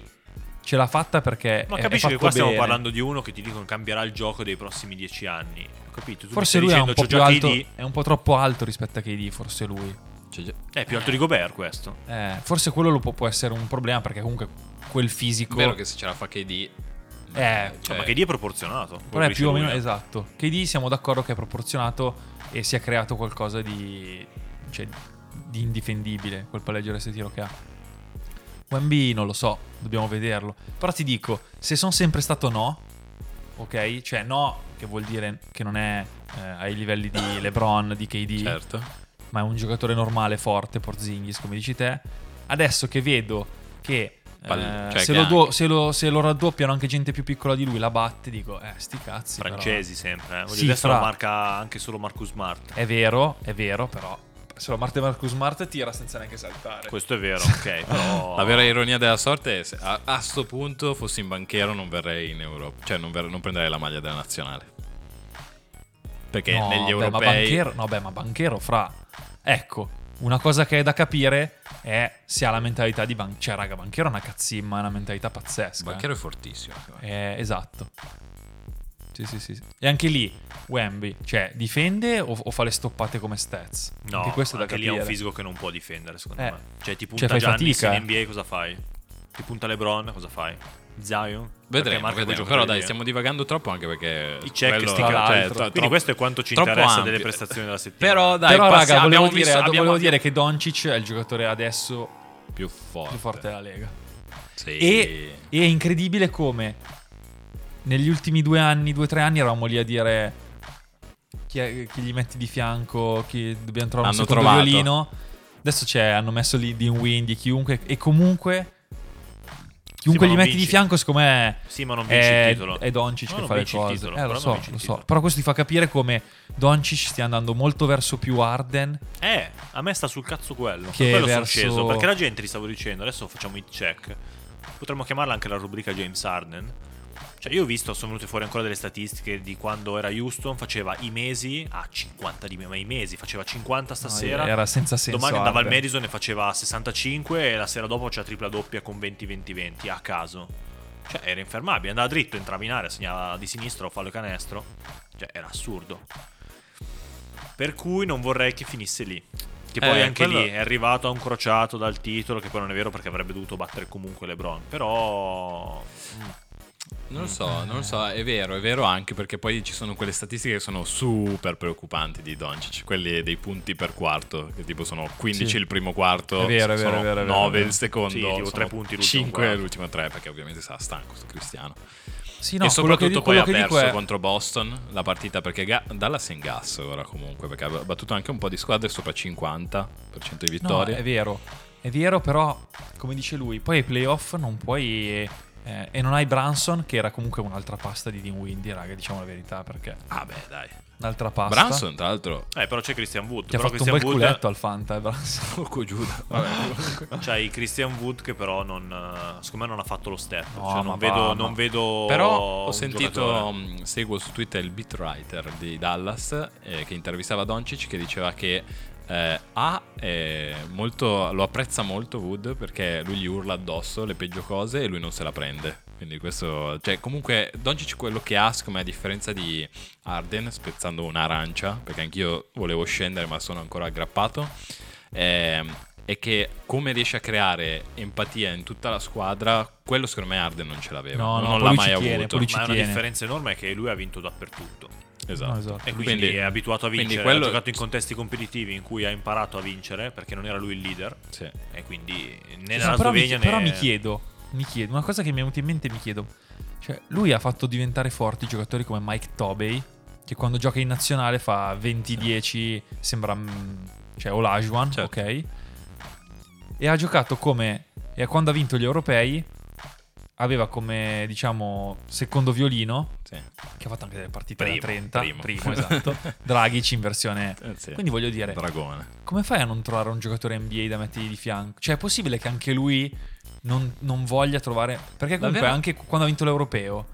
S2: ce l'ha fatta perché
S3: Ma
S2: è- è
S3: capisci che
S2: fatto
S3: qua stiamo
S2: Eh, bene.
S3: parlando di uno che ti dicono cambierà il gioco dei prossimi dieci anni. Ho capito? Tu mi
S2: Forse
S3: stai
S2: lui è
S3: dicendo,
S2: un po'
S3: "C'ho
S2: più
S3: già
S2: alto,
S3: KD".
S2: è un po' troppo alto rispetto a KD, forse lui.
S1: Cioè, già-
S3: È più alto di Gobert questo.
S2: Eh, forse quello lo può, può essere un problema perché comunque quel fisico...
S1: vero che se ce la fa KD
S2: boh. Eh,
S1: cioè,
S3: ma KD è proporzionato.
S2: Però è
S3: dice
S2: più o
S3: lui,
S2: meno
S3: eh.
S2: esatto. KD siamo d'accordo che è proporzionato e si è creato qualcosa di. cioè, di indifendibile quel palleggio resta tiro che ha. Wemby non lo so, dobbiamo vederlo. Però ti dico, se sono sempre stato no, ok? Cioè no, che vuol dire che non è eh, ai livelli
S1: [COUGHS]
S2: di LeBron, di KD,
S1: certo
S2: ma è un giocatore normale, forte, Porzingis, come dici te. Adesso che vedo che eh,
S1: Pal- cioè
S2: se,
S1: che
S2: lo do-
S1: anche-
S2: se lo- se lo raddoppiano anche gente più piccola di lui, la batte, dico, eh, sti cazzi. però.
S3: Francesi sempre. Eh. Voglio
S2: Sì,
S3: dire, adesso
S2: fra-
S3: lo marca anche solo Marcus Smart.
S2: È vero, è vero, però. Se lo Marte Marcus Smart tira senza neanche saltare.
S3: Questo è
S2: [LAUGHS]
S3: vero, ok. Però...
S1: La vera ironia della sorte è se a, a sto punto fossi in banchero non verrei in Europa, cioè non, ver- non prenderei la maglia della nazionale. Perché
S2: No,
S1: negli
S2: beh,
S1: europei...
S2: ma banchero, no, beh, ma banchero fra. Ecco, una cosa che è da capire è se ha la mentalità di banchero. Cioè, raga, banchero è una cazzimma, è una mentalità pazzesca.
S1: Banchero è fortissimo. secondo me.
S2: Eh, esatto. Sì, sì, sì, sì. E anche lì, Wemby, cioè, difende o, o fa le stoppate come stats?
S3: No,
S2: anche questo è da
S3: anche lì
S2: capire.
S3: è un fisico che non può difendere, secondo
S2: Eh.
S3: me. Cioè, ti punta
S2: Cioè, fai
S3: Giannis
S2: fatica,
S3: in NBA, cosa fai? Ti punta LeBron, cosa fai? Zion? Perché
S1: Vedremo,
S3: marca quei
S1: vedremo.
S3: giocatori
S1: però dai,
S3: lì, eh.
S1: stiamo divagando troppo anche perché...
S3: I check
S1: quello- cioè,
S3: sti
S2: tra
S3: cazzi.
S2: l'altro.
S1: tro-
S3: Quindi
S1: troppo-
S3: questo è quanto ci
S1: troppo
S3: interessa
S1: ampio.
S3: delle prestazioni della settimana.
S1: Però dai,
S2: Però,
S1: passi-
S2: raga, volevo,
S1: abbiamo
S2: dire,
S1: visto- abbiamo
S2: volevo dire che Doncic è il giocatore adesso
S1: più forte.
S2: più forte della Lega.
S1: Sì.
S2: E, e è incredibile come negli ultimi due anni, due o tre anni eravamo lì a dire chi, è- chi gli metti di fianco, chi dobbiamo trovare
S1: Hanno
S2: un secondo
S1: trovato.
S2: violino. Adesso c'è, hanno messo lì Dinwiddie, chiunque, e comunque... Chiunque
S3: ma
S2: gli
S3: non
S2: metti di
S3: vinci.
S2: fianco, secondo me
S3: Sì, ma non vinci
S2: è,
S3: il titolo.
S2: Eh, è Doncic
S3: No,
S2: che
S3: non
S2: fa le
S3: vinci il
S2: cose.
S3: titolo,
S2: eh,
S3: però
S2: lo
S3: non
S2: so,
S3: vinci il
S2: lo
S3: titolo.
S2: so. Però questo ti fa capire come Doncic stia andando molto verso più Arden.
S3: Eh, a me sta sul cazzo quello.
S2: Che
S3: Che quello sono
S2: verso-
S3: sceso. Perché la gente, ti stavo dicendo, adesso facciamo i check. Potremmo chiamarla anche la rubrica James Harden. Cioè, io ho visto, sono venute fuori ancora delle statistiche di quando era Houston, faceva i mesi a 50 di me, ma i mesi, faceva 50 stasera.
S2: era senza senso,
S3: Domani andava al
S2: Harden.
S3: Madison e faceva 65 e la sera dopo c'era tripla doppia con 20-20-20 a caso. Cioè, era infermabile, andava dritto, entrava in area, segnava di sinistra o fallo canestro. Cioè, era assurdo. Per cui non vorrei che finisse lì. Che poi
S1: Eh,
S3: anche
S1: quello-
S3: lì è arrivato a un crociato dal titolo, che poi non è vero perché avrebbe dovuto battere comunque LeBron. Però...
S1: Non lo so, non lo so, è vero, è vero anche perché poi ci sono quelle statistiche che sono super preoccupanti di Doncic, quelli dei punti per quarto, che tipo sono 15
S2: Sì.
S1: il primo quarto,
S2: È vero, è vero,
S1: sono
S2: è vero, è vero,
S1: 9
S2: è vero.
S1: il secondo,
S3: Sì, tipo tre punti l'ultimo
S1: 5
S3: quarto.
S1: l'ultimo 3 perché ovviamente sarà stanco sto Cristiano.
S2: Sì, no,
S1: e
S2: quello che
S1: soprattutto
S2: di-
S1: poi ha
S2: quello che dico
S1: perso
S2: è-
S1: contro Boston la partita perché Ga- Dallas è in gas ora comunque perché ha battuto anche un po' di squadre sopra 50% di vittorie.
S2: No, è vero, è vero, però, come dice lui, poi ai playoff non puoi. eh, e non hai Branson, che era comunque un'altra pasta di Dinwiddie, raga, diciamo la verità, perché
S1: ah beh, dai.
S2: un'altra pasta.
S1: Branson tra l'altro [LAUGHS]
S3: Eh, però c'è Christian Wood.
S2: Ti ha
S3: però
S2: fatto un
S3: Christian
S2: bel
S3: Wood-
S2: culetto al Fanta, eh, Branson.
S1: porco Giuda.
S3: C'hai Christian Wood che però non, eh, secondo me non ha fatto lo step.
S2: No,
S3: cioè
S2: ma
S3: non vedo,
S2: va,
S3: non
S2: ma-
S3: vedo
S1: Però ho
S3: un
S1: sentito,
S3: giocatore.
S1: mh, seguo su Twitter il beat writer di Dallas eh, che intervistava Doncic che diceva che eh, A è molto- lo apprezza molto Wood perché lui gli urla addosso le peggio cose e lui non se la prende. Quindi questo, cioè comunque Doncic quello che ha, siccome a differenza di Arden, spezzando un'arancia, perché anch'io volevo scendere ma sono ancora aggrappato, ehm, è che come riesce a creare empatia in tutta la squadra, quello secondo me Arden non ce l'aveva,
S2: No, no,
S1: non
S2: poi
S1: l'ha
S2: lui
S1: mai
S2: ci tiene,
S1: avuto.
S2: poi lui ci
S3: Certo, Ma è una
S2: tiene.
S3: differenza enorme è che lui ha vinto dappertutto.
S1: Esatto.
S2: No, esatto.
S3: E quindi,
S1: Quindi-
S3: è abituato a
S1: quindi
S3: vincere.
S1: quello-
S3: Ha giocato in contesti competitivi in cui ha imparato a vincere perché non era lui il leader.
S1: Sì.
S3: E quindi
S2: Sì,
S3: né nella
S2: però, mi,
S3: Slovenia né.
S2: però mi chiedo, mi chiedo, una cosa che mi è venuta in mente, mi chiedo, cioè, lui ha fatto diventare forti giocatori come Mike Tobey, che quando gioca in nazionale fa 20-10, sembra, mm, cioè, Olajuwon,
S1: Certo.
S2: ok? E ha giocato come, e quando ha vinto gli europei, aveva come, diciamo, secondo violino,
S1: Sì. eh,
S2: che ha fatto anche delle partite
S1: Primo,
S2: da 30,
S1: primo. [LAUGHS]
S2: esatto, Dragic in versione...
S1: Eh, sì.
S2: Quindi voglio dire,
S1: Dragone.
S2: come fai a non trovare un giocatore NBA da mettergli di fianco? Cioè, è possibile che anche lui non, non voglia trovare. Perché comunque,
S1: Davvero?
S2: anche quando ha vinto l'Europeo.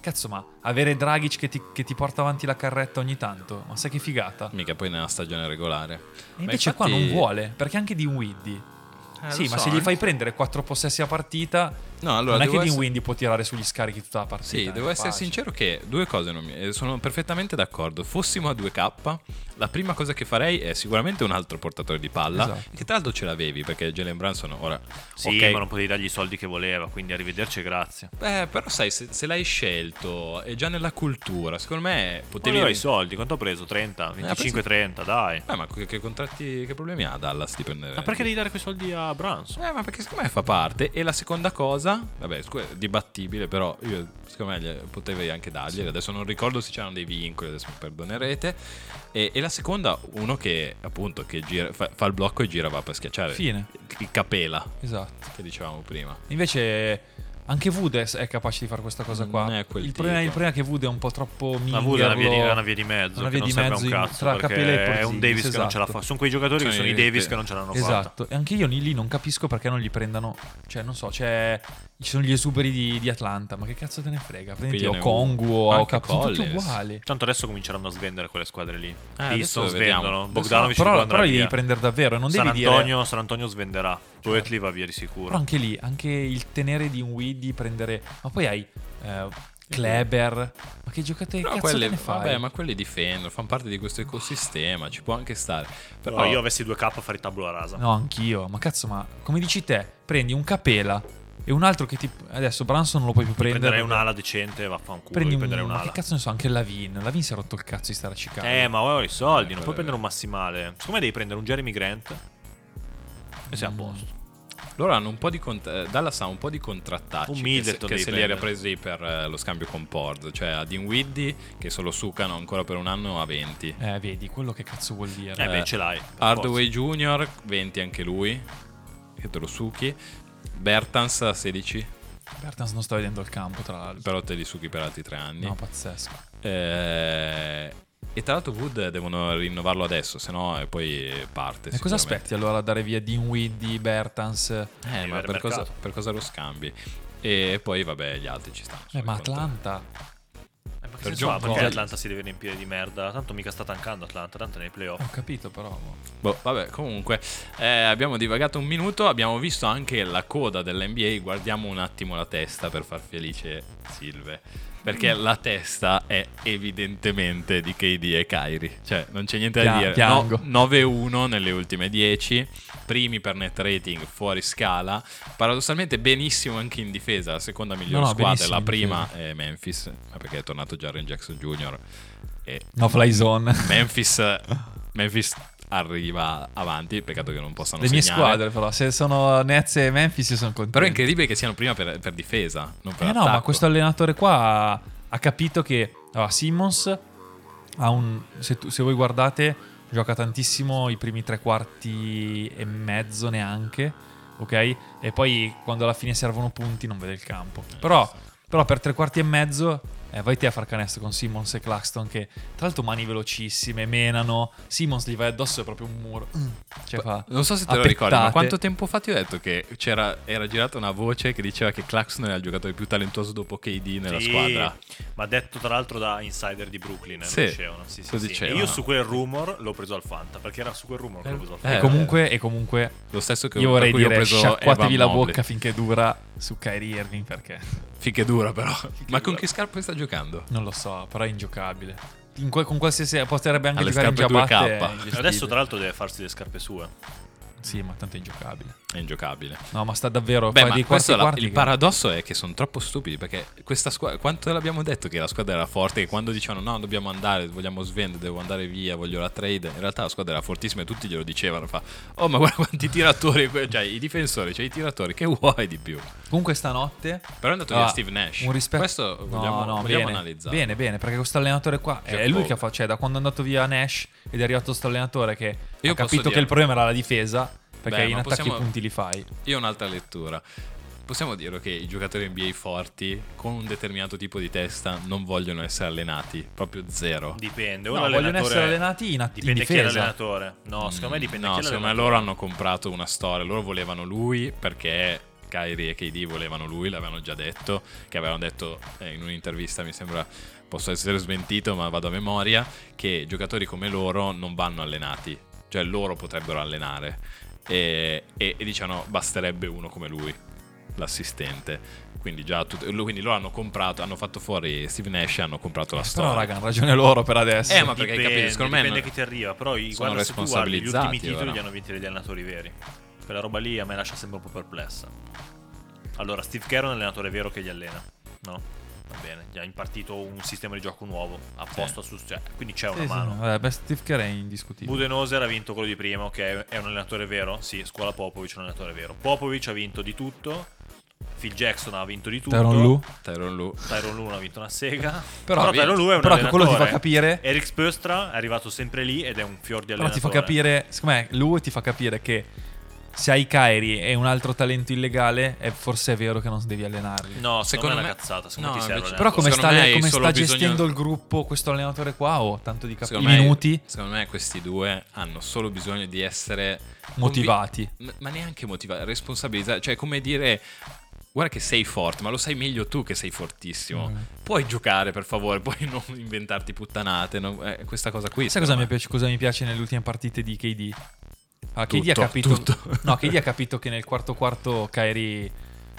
S2: Cazzo, ma avere Dragic che ti, che ti porta avanti la carretta ogni tanto, ma sai che figata? E
S1: Mica poi nella stagione regolare. Ma
S2: invece qua
S1: infatti-
S2: non vuole, perché anche Dinwiddie.
S1: Eh,
S2: sì,
S1: lo
S2: ma
S1: so,
S2: se gli
S1: eh.
S2: fai prendere quattro possessi a partita,
S1: No, allora
S2: non è
S1: devo
S2: che
S1: essere-
S2: Dinwiddie può tirare sugli scarichi tutta la partita.
S1: Sì,
S2: è
S1: devo essere
S2: facile.
S1: sincero che due cose non mi... eh, sono perfettamente d'accordo. Fossimo a 2K, la prima cosa che farei è sicuramente un altro portatore di palla,
S2: Esatto.
S1: che tra l'altro ce l'avevi, perché Jalen Branson ora...
S3: Sì,
S1: ok,
S3: ma non potevi dargli i soldi che voleva. Quindi arrivederci e grazie.
S1: Beh, però sai, se, se l'hai scelto, è già nella cultura, secondo me
S3: Te
S1: potevi...
S3: li i soldi. Quanto ha preso?
S2: Eh,
S3: 30, 25, 30, dai.
S1: Beh, Eh, ma che, che contratti, che problemi ha Dallas di prendere...
S3: Ma perché devi dare quei soldi a Branson?
S1: Eh, ma perché secondo me fa parte. E la seconda cosa, vabbè, scu- dibattibile, però io secondo me gli- potevi anche darglieli. Adesso non ricordo se c'erano dei vincoli, adesso mi perdonerete. E, e la seconda, uno che appunto che gira- fa, fa il blocco e gira va per schiacciare.
S2: Fine.
S1: Il capela,
S2: Esatto.
S1: che dicevamo prima.
S2: Invece anche Wood è, è capace di fare questa cosa
S3: Mm,
S2: qua.
S1: Non è quel
S2: il, problema,
S1: tipo.
S2: il problema è che Wood è un po' troppo
S3: Ma Wood è una via di,
S2: mingerlo.
S3: una via di mezzo,
S2: una
S3: che
S2: via
S3: non
S2: di
S3: serve
S2: mezzo in-
S3: un cazzo,
S2: tra
S3: perché
S2: Capella e
S3: è un
S2: Porzingis,
S3: Davis che non ce la
S2: esatto.
S3: fa. Sono quei giocatori che
S1: Sì,
S3: sono i Davis
S1: sì.
S3: che non ce l'hanno fatta.
S2: Esatto, e anche io lì non capisco perché non li prendano. Cioè, non so, c'è, ci sono gli esuberi di, di Atlanta, ma che cazzo te ne frega? Prenditi o
S1: Pigliane
S2: Kongu o
S1: uno. Anche
S2: Cap- sono tutti
S1: Collins.
S2: uguali.
S3: Tanto adesso cominceranno a svendere quelle squadre
S2: Eh,
S3: lì.
S1: adesso
S3: Pistons
S1: vediamo.
S3: vendono,
S1: Adesso-
S3: Bogdanovic
S2: però,
S3: andrà
S2: però li
S3: via.
S2: devi prendere davvero, e non
S3: San,
S2: devi
S3: Antonio,
S2: dire. Cioè,
S3: San Antonio svenderà. Poetli va via di sicuro.
S2: Però anche lì, anche il tenere di un Widdy, prendere. Ma poi hai eh, Kleber. Ma che giocatore
S1: Però
S2: cazzo
S1: quelle,
S2: te ne fai?
S1: vabbè, ma quelli difendono, fanno parte di questo ecosistema, ci può anche stare. Però
S3: No, io avessi 2K farei tabula rasa.
S2: No, anch'io. Ma cazzo, ma come dici te, prendi un Capela e un altro che ti. Adesso Branson non lo puoi più prendere.
S3: Prenderei un'ala decente, vaffanculo.
S2: Prendi un.
S3: io prenderei
S2: Ma che
S3: un'ala.
S2: cazzo ne so, anche Lavin. Lavin si è rotto il cazzo di stare a Chicago.
S3: Eh, ma avevo i soldi, non
S1: Eh,
S3: puoi prendere un massimale. Secondo me devi prendere un Jeremy Grant. E sei a
S2: Mm.
S3: posto.
S1: Loro hanno un po' di cont- eh, Dallas ha un po' di contrattacci
S3: Un
S1: che se,
S3: Middleton
S1: che
S3: devi
S1: se li era
S3: prendere.
S1: presi per eh, lo scambio con Pord, cioè a Dinwiddie che solo sucano ancora per un anno a 20.
S2: Eh, vedi, quello che cazzo vuol dire?
S3: Eh,
S1: Eh,
S3: beh, ce l'hai. per
S1: Hardaway Jr. 20 anche lui, che te lo succhi. Bertans a 16,
S2: Bertans non sta vedendo il campo, tra l'altro.
S1: però te li succhi per altri 3 anni.
S2: No, pazzesco.
S1: Eh, e tra l'altro Wood devono rinnovarlo adesso, se no eh, poi parte.
S2: e cosa
S1: sicuramente.
S2: aspetti allora a dare via Dinwiddie, Bertans?
S1: Eh,
S3: Devi
S1: ma
S3: avere
S1: per cosa,
S3: mercato.
S1: per cosa lo scambi? E poi, vabbè, gli altri ci stanno.
S2: Eh, ma
S1: Sono
S2: Atlanta.
S3: Eh, ma che
S1: Per
S3: senso ha?
S1: John
S3: Perché
S1: Collins.
S3: Atlanta si deve riempire di merda? Tanto mica sta tancando Atlanta, tanto è nei playoff.
S2: Ho capito, però. boh.
S1: Boh, vabbè, comunque eh, abbiamo divagato un minuto, abbiamo visto anche la coda dell'NBA, guardiamo un attimo la testa per far felice Silve, perché la testa è evidentemente di KD e Kairi, cioè non c'è niente da
S2: Pia-
S1: dire,
S2: piango.
S1: 9-1 nelle ultime 10, primi per net rating fuori scala, paradossalmente benissimo anche in difesa, la seconda miglior
S2: No, no,
S1: squadra,
S2: benissimo
S1: la
S2: in
S1: prima è Memphis, ma perché è tornato Jaren Jackson Jr. e
S2: No fly zone.
S1: Memphis, Memphis arriva avanti, peccato che non possano
S2: Le mie
S1: segnare.
S2: squadre, però, se sono Nets e Memphis, io sono contento.
S1: Però è incredibile che siano prima per, per difesa, non per
S2: Eh no,
S1: attacco.
S2: ma questo allenatore qua ha, ha capito che allora, Simmons ha un. Se, tu- se voi guardate, gioca tantissimo i primi tre quarti e mezzo neanche. Ok? E poi quando alla fine servono punti non vede il campo.
S1: Eh,
S2: Però, però per tre quarti e mezzo. eh, vai te a far canestro con Simmons e Claxton che tra l'altro mani velocissime, menano. Simmons gli vai addosso è proprio un muro. Mm. Cioè, fa
S1: Non so se te
S2: a
S1: lo ricordi, ma
S2: pettate.
S1: quanto tempo fa ti ho detto che c'era, era girata una voce che diceva che Claxton era il giocatore più talentuoso dopo KD nella
S3: Sì,
S1: squadra.
S3: Ma detto tra l'altro da insider di Brooklyn, eh,
S1: Sì,
S3: lo dicevano. Sì, sì,
S1: lo
S3: sì.
S1: dicevano.
S3: E io su quel rumor l'ho preso al Fanta, perché era su quel rumor che l'ho preso al Fanta.
S1: Eh,
S2: e comunque, e comunque
S1: Lo stesso che
S2: Io
S1: per
S2: vorrei
S1: cui ho
S2: dire
S1: preso
S2: sciacquatevi
S1: Evan
S2: la
S1: Mobley.
S2: bocca finché dura su Kyrie Irving perché
S1: Finché dura però. ma con
S3: dura.
S1: che scarpe sta giocando?
S2: non lo so, però è ingiocabile. In qual- con qualsiasi potrebbe anche
S1: Alle
S2: giocare in
S1: scarpe 2K.
S2: giabatte. è ingestibile.
S3: Adesso tra l'altro deve farsi le scarpe sue.
S2: Sì, ma tanto è ingiocabile.
S1: È ingiocabile.
S2: No, ma sta davvero
S1: Beh,
S2: fa
S1: ma
S2: dei quarti
S1: questo è la-
S2: quarti
S1: il
S2: che-
S1: paradosso è che sono troppo stupidi perché questa squadra, quanto l'abbiamo detto che la squadra era forte, che quando dicevano no, dobbiamo andare, vogliamo svendere, devo andare via, voglio la trade, in realtà la squadra era fortissima e tutti glielo dicevano, fa "Oh, ma [LAUGHS] guarda quanti tiratori, que- cioè i difensori, cioè i tiratori, che vuoi di più?".
S2: Comunque stanotte
S1: Però è andato
S2: Ah,
S1: via Steve Nash.
S2: Un rispetto.
S1: Questo vogliamo,
S2: no, no,
S1: vogliamo
S2: bene,
S1: analizzare.
S2: Bene, bene, perché questo allenatore qua
S1: Jack
S2: è lui che
S1: Vaughn.
S2: ha fatto. Cioè, da quando è andato via Nash ed è arrivato questo allenatore che
S1: Io posso
S2: ha capito
S1: dire-
S2: che il problema era la difesa. Perché
S1: Beh,
S2: in
S1: ma
S2: attacchi
S1: possiamo-
S2: i punti li fai.
S1: Io ho un'altra lettura. Possiamo dire che i giocatori NBA forti con un determinato tipo di testa non vogliono essere allenati, proprio zero.
S3: Dipende. o
S2: No, vogliono
S3: l'allenatore-
S2: essere allenati in, att- in
S3: Dipende chi è
S2: difesa.
S3: l'allenatore. No, secondo me dipende
S1: No,
S3: chi è
S1: secondo me
S3: l'allenatore.
S1: loro hanno comprato una storia. Loro volevano lui perché Kyrie e KD volevano lui, l'avevano già detto. Che avevano detto eh, in un'intervista, mi sembra. Posso essere smentito, ma vado a memoria. Che giocatori come loro non vanno allenati. Cioè, loro potrebbero allenare. E, e- e dicevano basterebbe uno come lui, l'assistente. Quindi, già tut- lo- quindi loro hanno comprato, hanno fatto fuori Steve Nash e hanno comprato la storia.
S2: Eh, Però, raga, hanno ragione loro per adesso.
S1: Eh, ma perché hai capito, secondo me
S3: dipende
S1: non-
S3: chi ti arriva, però i-
S1: sono
S3: guarda, se tu guardi gli ultimi
S1: responsabilizzati
S3: titoli
S1: ora.
S3: li hanno vinti degli allenatori veri. Quella roba lì a me lascia sempre un po' perplessa. Allora, Steve Kerr è un allenatore vero che li allena, no? Va bene, gli ha impartito un sistema di gioco nuovo, apposta su... cioè, quindi c'è una
S2: Sì, sì,
S3: mano.
S2: no, vabbè, beh, Steve Kerr è indiscutibile.
S3: Budenoser ha vinto quello di prima, ok, è un allenatore vero? Sì, scuola Popovic è un allenatore vero. Popovic ha vinto di tutto, Phil Jackson ha vinto di tutto.
S2: Tyronn Lue.
S1: Tyronn Lue.
S3: Tyron Lue non ha vinto una sega.
S2: Però ha
S3: Tyronn
S2: vinto.
S3: Lue è un
S2: Però che quello ti fa
S3: allenatore.
S2: capire-
S3: Eric Spurstra è arrivato sempre lì ed è un fior di
S2: Però ti
S3: allenatore.
S2: fa capire, secondo me, lui ti fa capire che se hai Kairi e un altro talento illegale, è forse è vero che non devi allenarli.
S3: No, secondo me è una
S1: me-
S3: cazzata, secondo
S1: no,
S3: me ti serve
S1: invece-
S2: Però come
S1: Secondo
S2: sta,
S1: me hai
S2: come
S1: solo
S2: sta
S1: bisogno-
S2: gestendo il gruppo questo allenatore qua? Oh, tanto di capire. I
S1: me-
S2: minuti
S1: secondo me questi due hanno solo bisogno di essere convi-
S2: motivati.
S1: M- ma neanche motivati, responsabilizzati. Cioè, come dire. Guarda che sei forte, ma lo sai meglio tu che sei fortissimo.
S2: Mm.
S1: Puoi giocare, per favore, [LAUGHS] puoi non inventarti puttanate. no? Eh, questa cosa qui. eh.
S2: Sai cosa mi, piace, cosa mi piace nelle ultime partite di KD? Ah, KD, ha
S1: Tutto,
S2: capito,
S1: tutto.
S2: [LAUGHS] no, KD ha capito che nel quarto quarto Kairi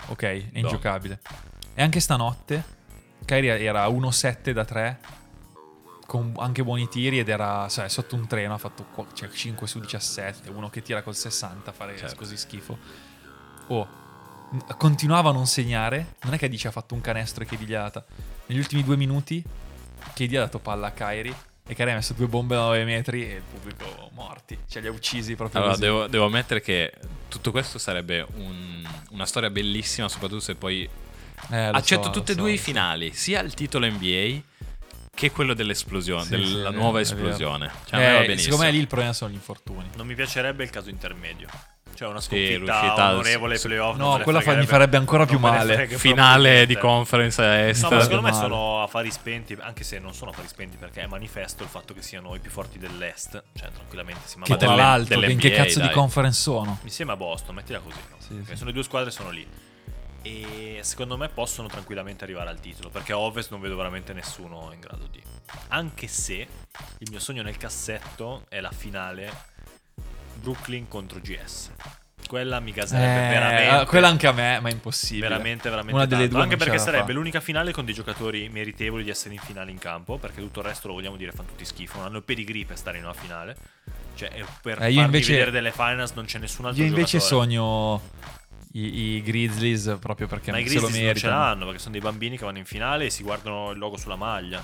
S2: ok, è
S1: No.
S2: ingiocabile. E anche stanotte Kairi era 1-7 da 3 con anche buoni tiri ed era sai, sotto un treno, ha fatto qua- cioè, 5 su 17, uno che tira col 60 fare
S1: Certo.
S2: così schifo. Oh, n- continuava a non segnare, non è che dice ha fatto un canestro e che digliata. Negli ultimi due minuti KD ha dato palla a Kairi e Kairi ha messo due bombe da 9 metri e il pubblico morti, cioè li ha uccisi proprio
S1: Allora,
S2: così.
S1: devo, devo ammettere che tutto questo sarebbe un- una storia bellissima, soprattutto se poi
S2: Eh, lo
S1: accetto
S2: so,
S1: tutte certo e
S2: lo
S1: due
S2: so.
S1: i finali, sia il titolo NBA che quello dell'esplosione,
S2: Sì, sì, è
S1: della
S2: vero,
S1: nuova
S2: è vero.
S1: esplosione. Cioè, a me va
S2: Eh,
S1: benissimo.
S2: secondo me lì il problema sono gli infortuni.
S3: Non mi piacerebbe il caso intermedio. Cioè una sconfitta
S1: riuscita-
S3: onorevole
S1: sì.
S2: No,
S3: playoff. non me ne
S2: quella fa- mi
S3: fregherebbe-
S2: farebbe ancora più
S3: non me ne
S2: male.
S3: frega
S1: finale
S3: proprio
S1: di
S3: niente.
S2: eh,
S1: conference a est.
S3: No, ma secondo me
S2: Male.
S3: sono affari spenti, anche se non sono affari spenti perché è manifesto il fatto che siano i più forti dell'est, cioè tranquillamente si ma
S2: Che tra
S1: delle-
S2: l'altro,
S1: delle
S2: in che
S1: NBA,
S2: cazzo
S1: dai.
S2: di conference sono?
S3: mi sembra Boston, mettila così. no?
S2: Sì,
S3: Ok,
S2: sì.
S3: Sono le due squadre sono lì. E secondo me possono tranquillamente arrivare al titolo, perché a Ovest non vedo veramente nessuno in grado di. Anche se il mio sogno nel cassetto è la finale Brooklyn contro GS. Quella mi caserebbe
S2: Eh,
S3: veramente.
S2: Quella anche a me, ma è impossibile.
S3: Veramente, veramente.
S2: Una delle
S3: tanto.
S2: due
S3: Anche
S2: non ce
S3: perché
S2: la fa.
S3: sarebbe l'unica finale con dei giocatori meritevoli di essere in finale in campo. Perché tutto il resto lo vogliamo dire, fanno tutti schifo. Non hanno il pedigree per stare in una finale. Cioè, e per
S2: Eh, io
S3: farti
S2: invece-
S3: vedere delle finals non c'è nessun altro
S2: Io invece
S3: giocatore.
S2: sogno i, i Grizzlies proprio perché
S3: Ma i
S2: non se lo
S3: Grizzlies non ce
S2: meritano.
S3: l'hanno perché sono dei bambini che vanno in finale e si guardano il logo sulla maglia.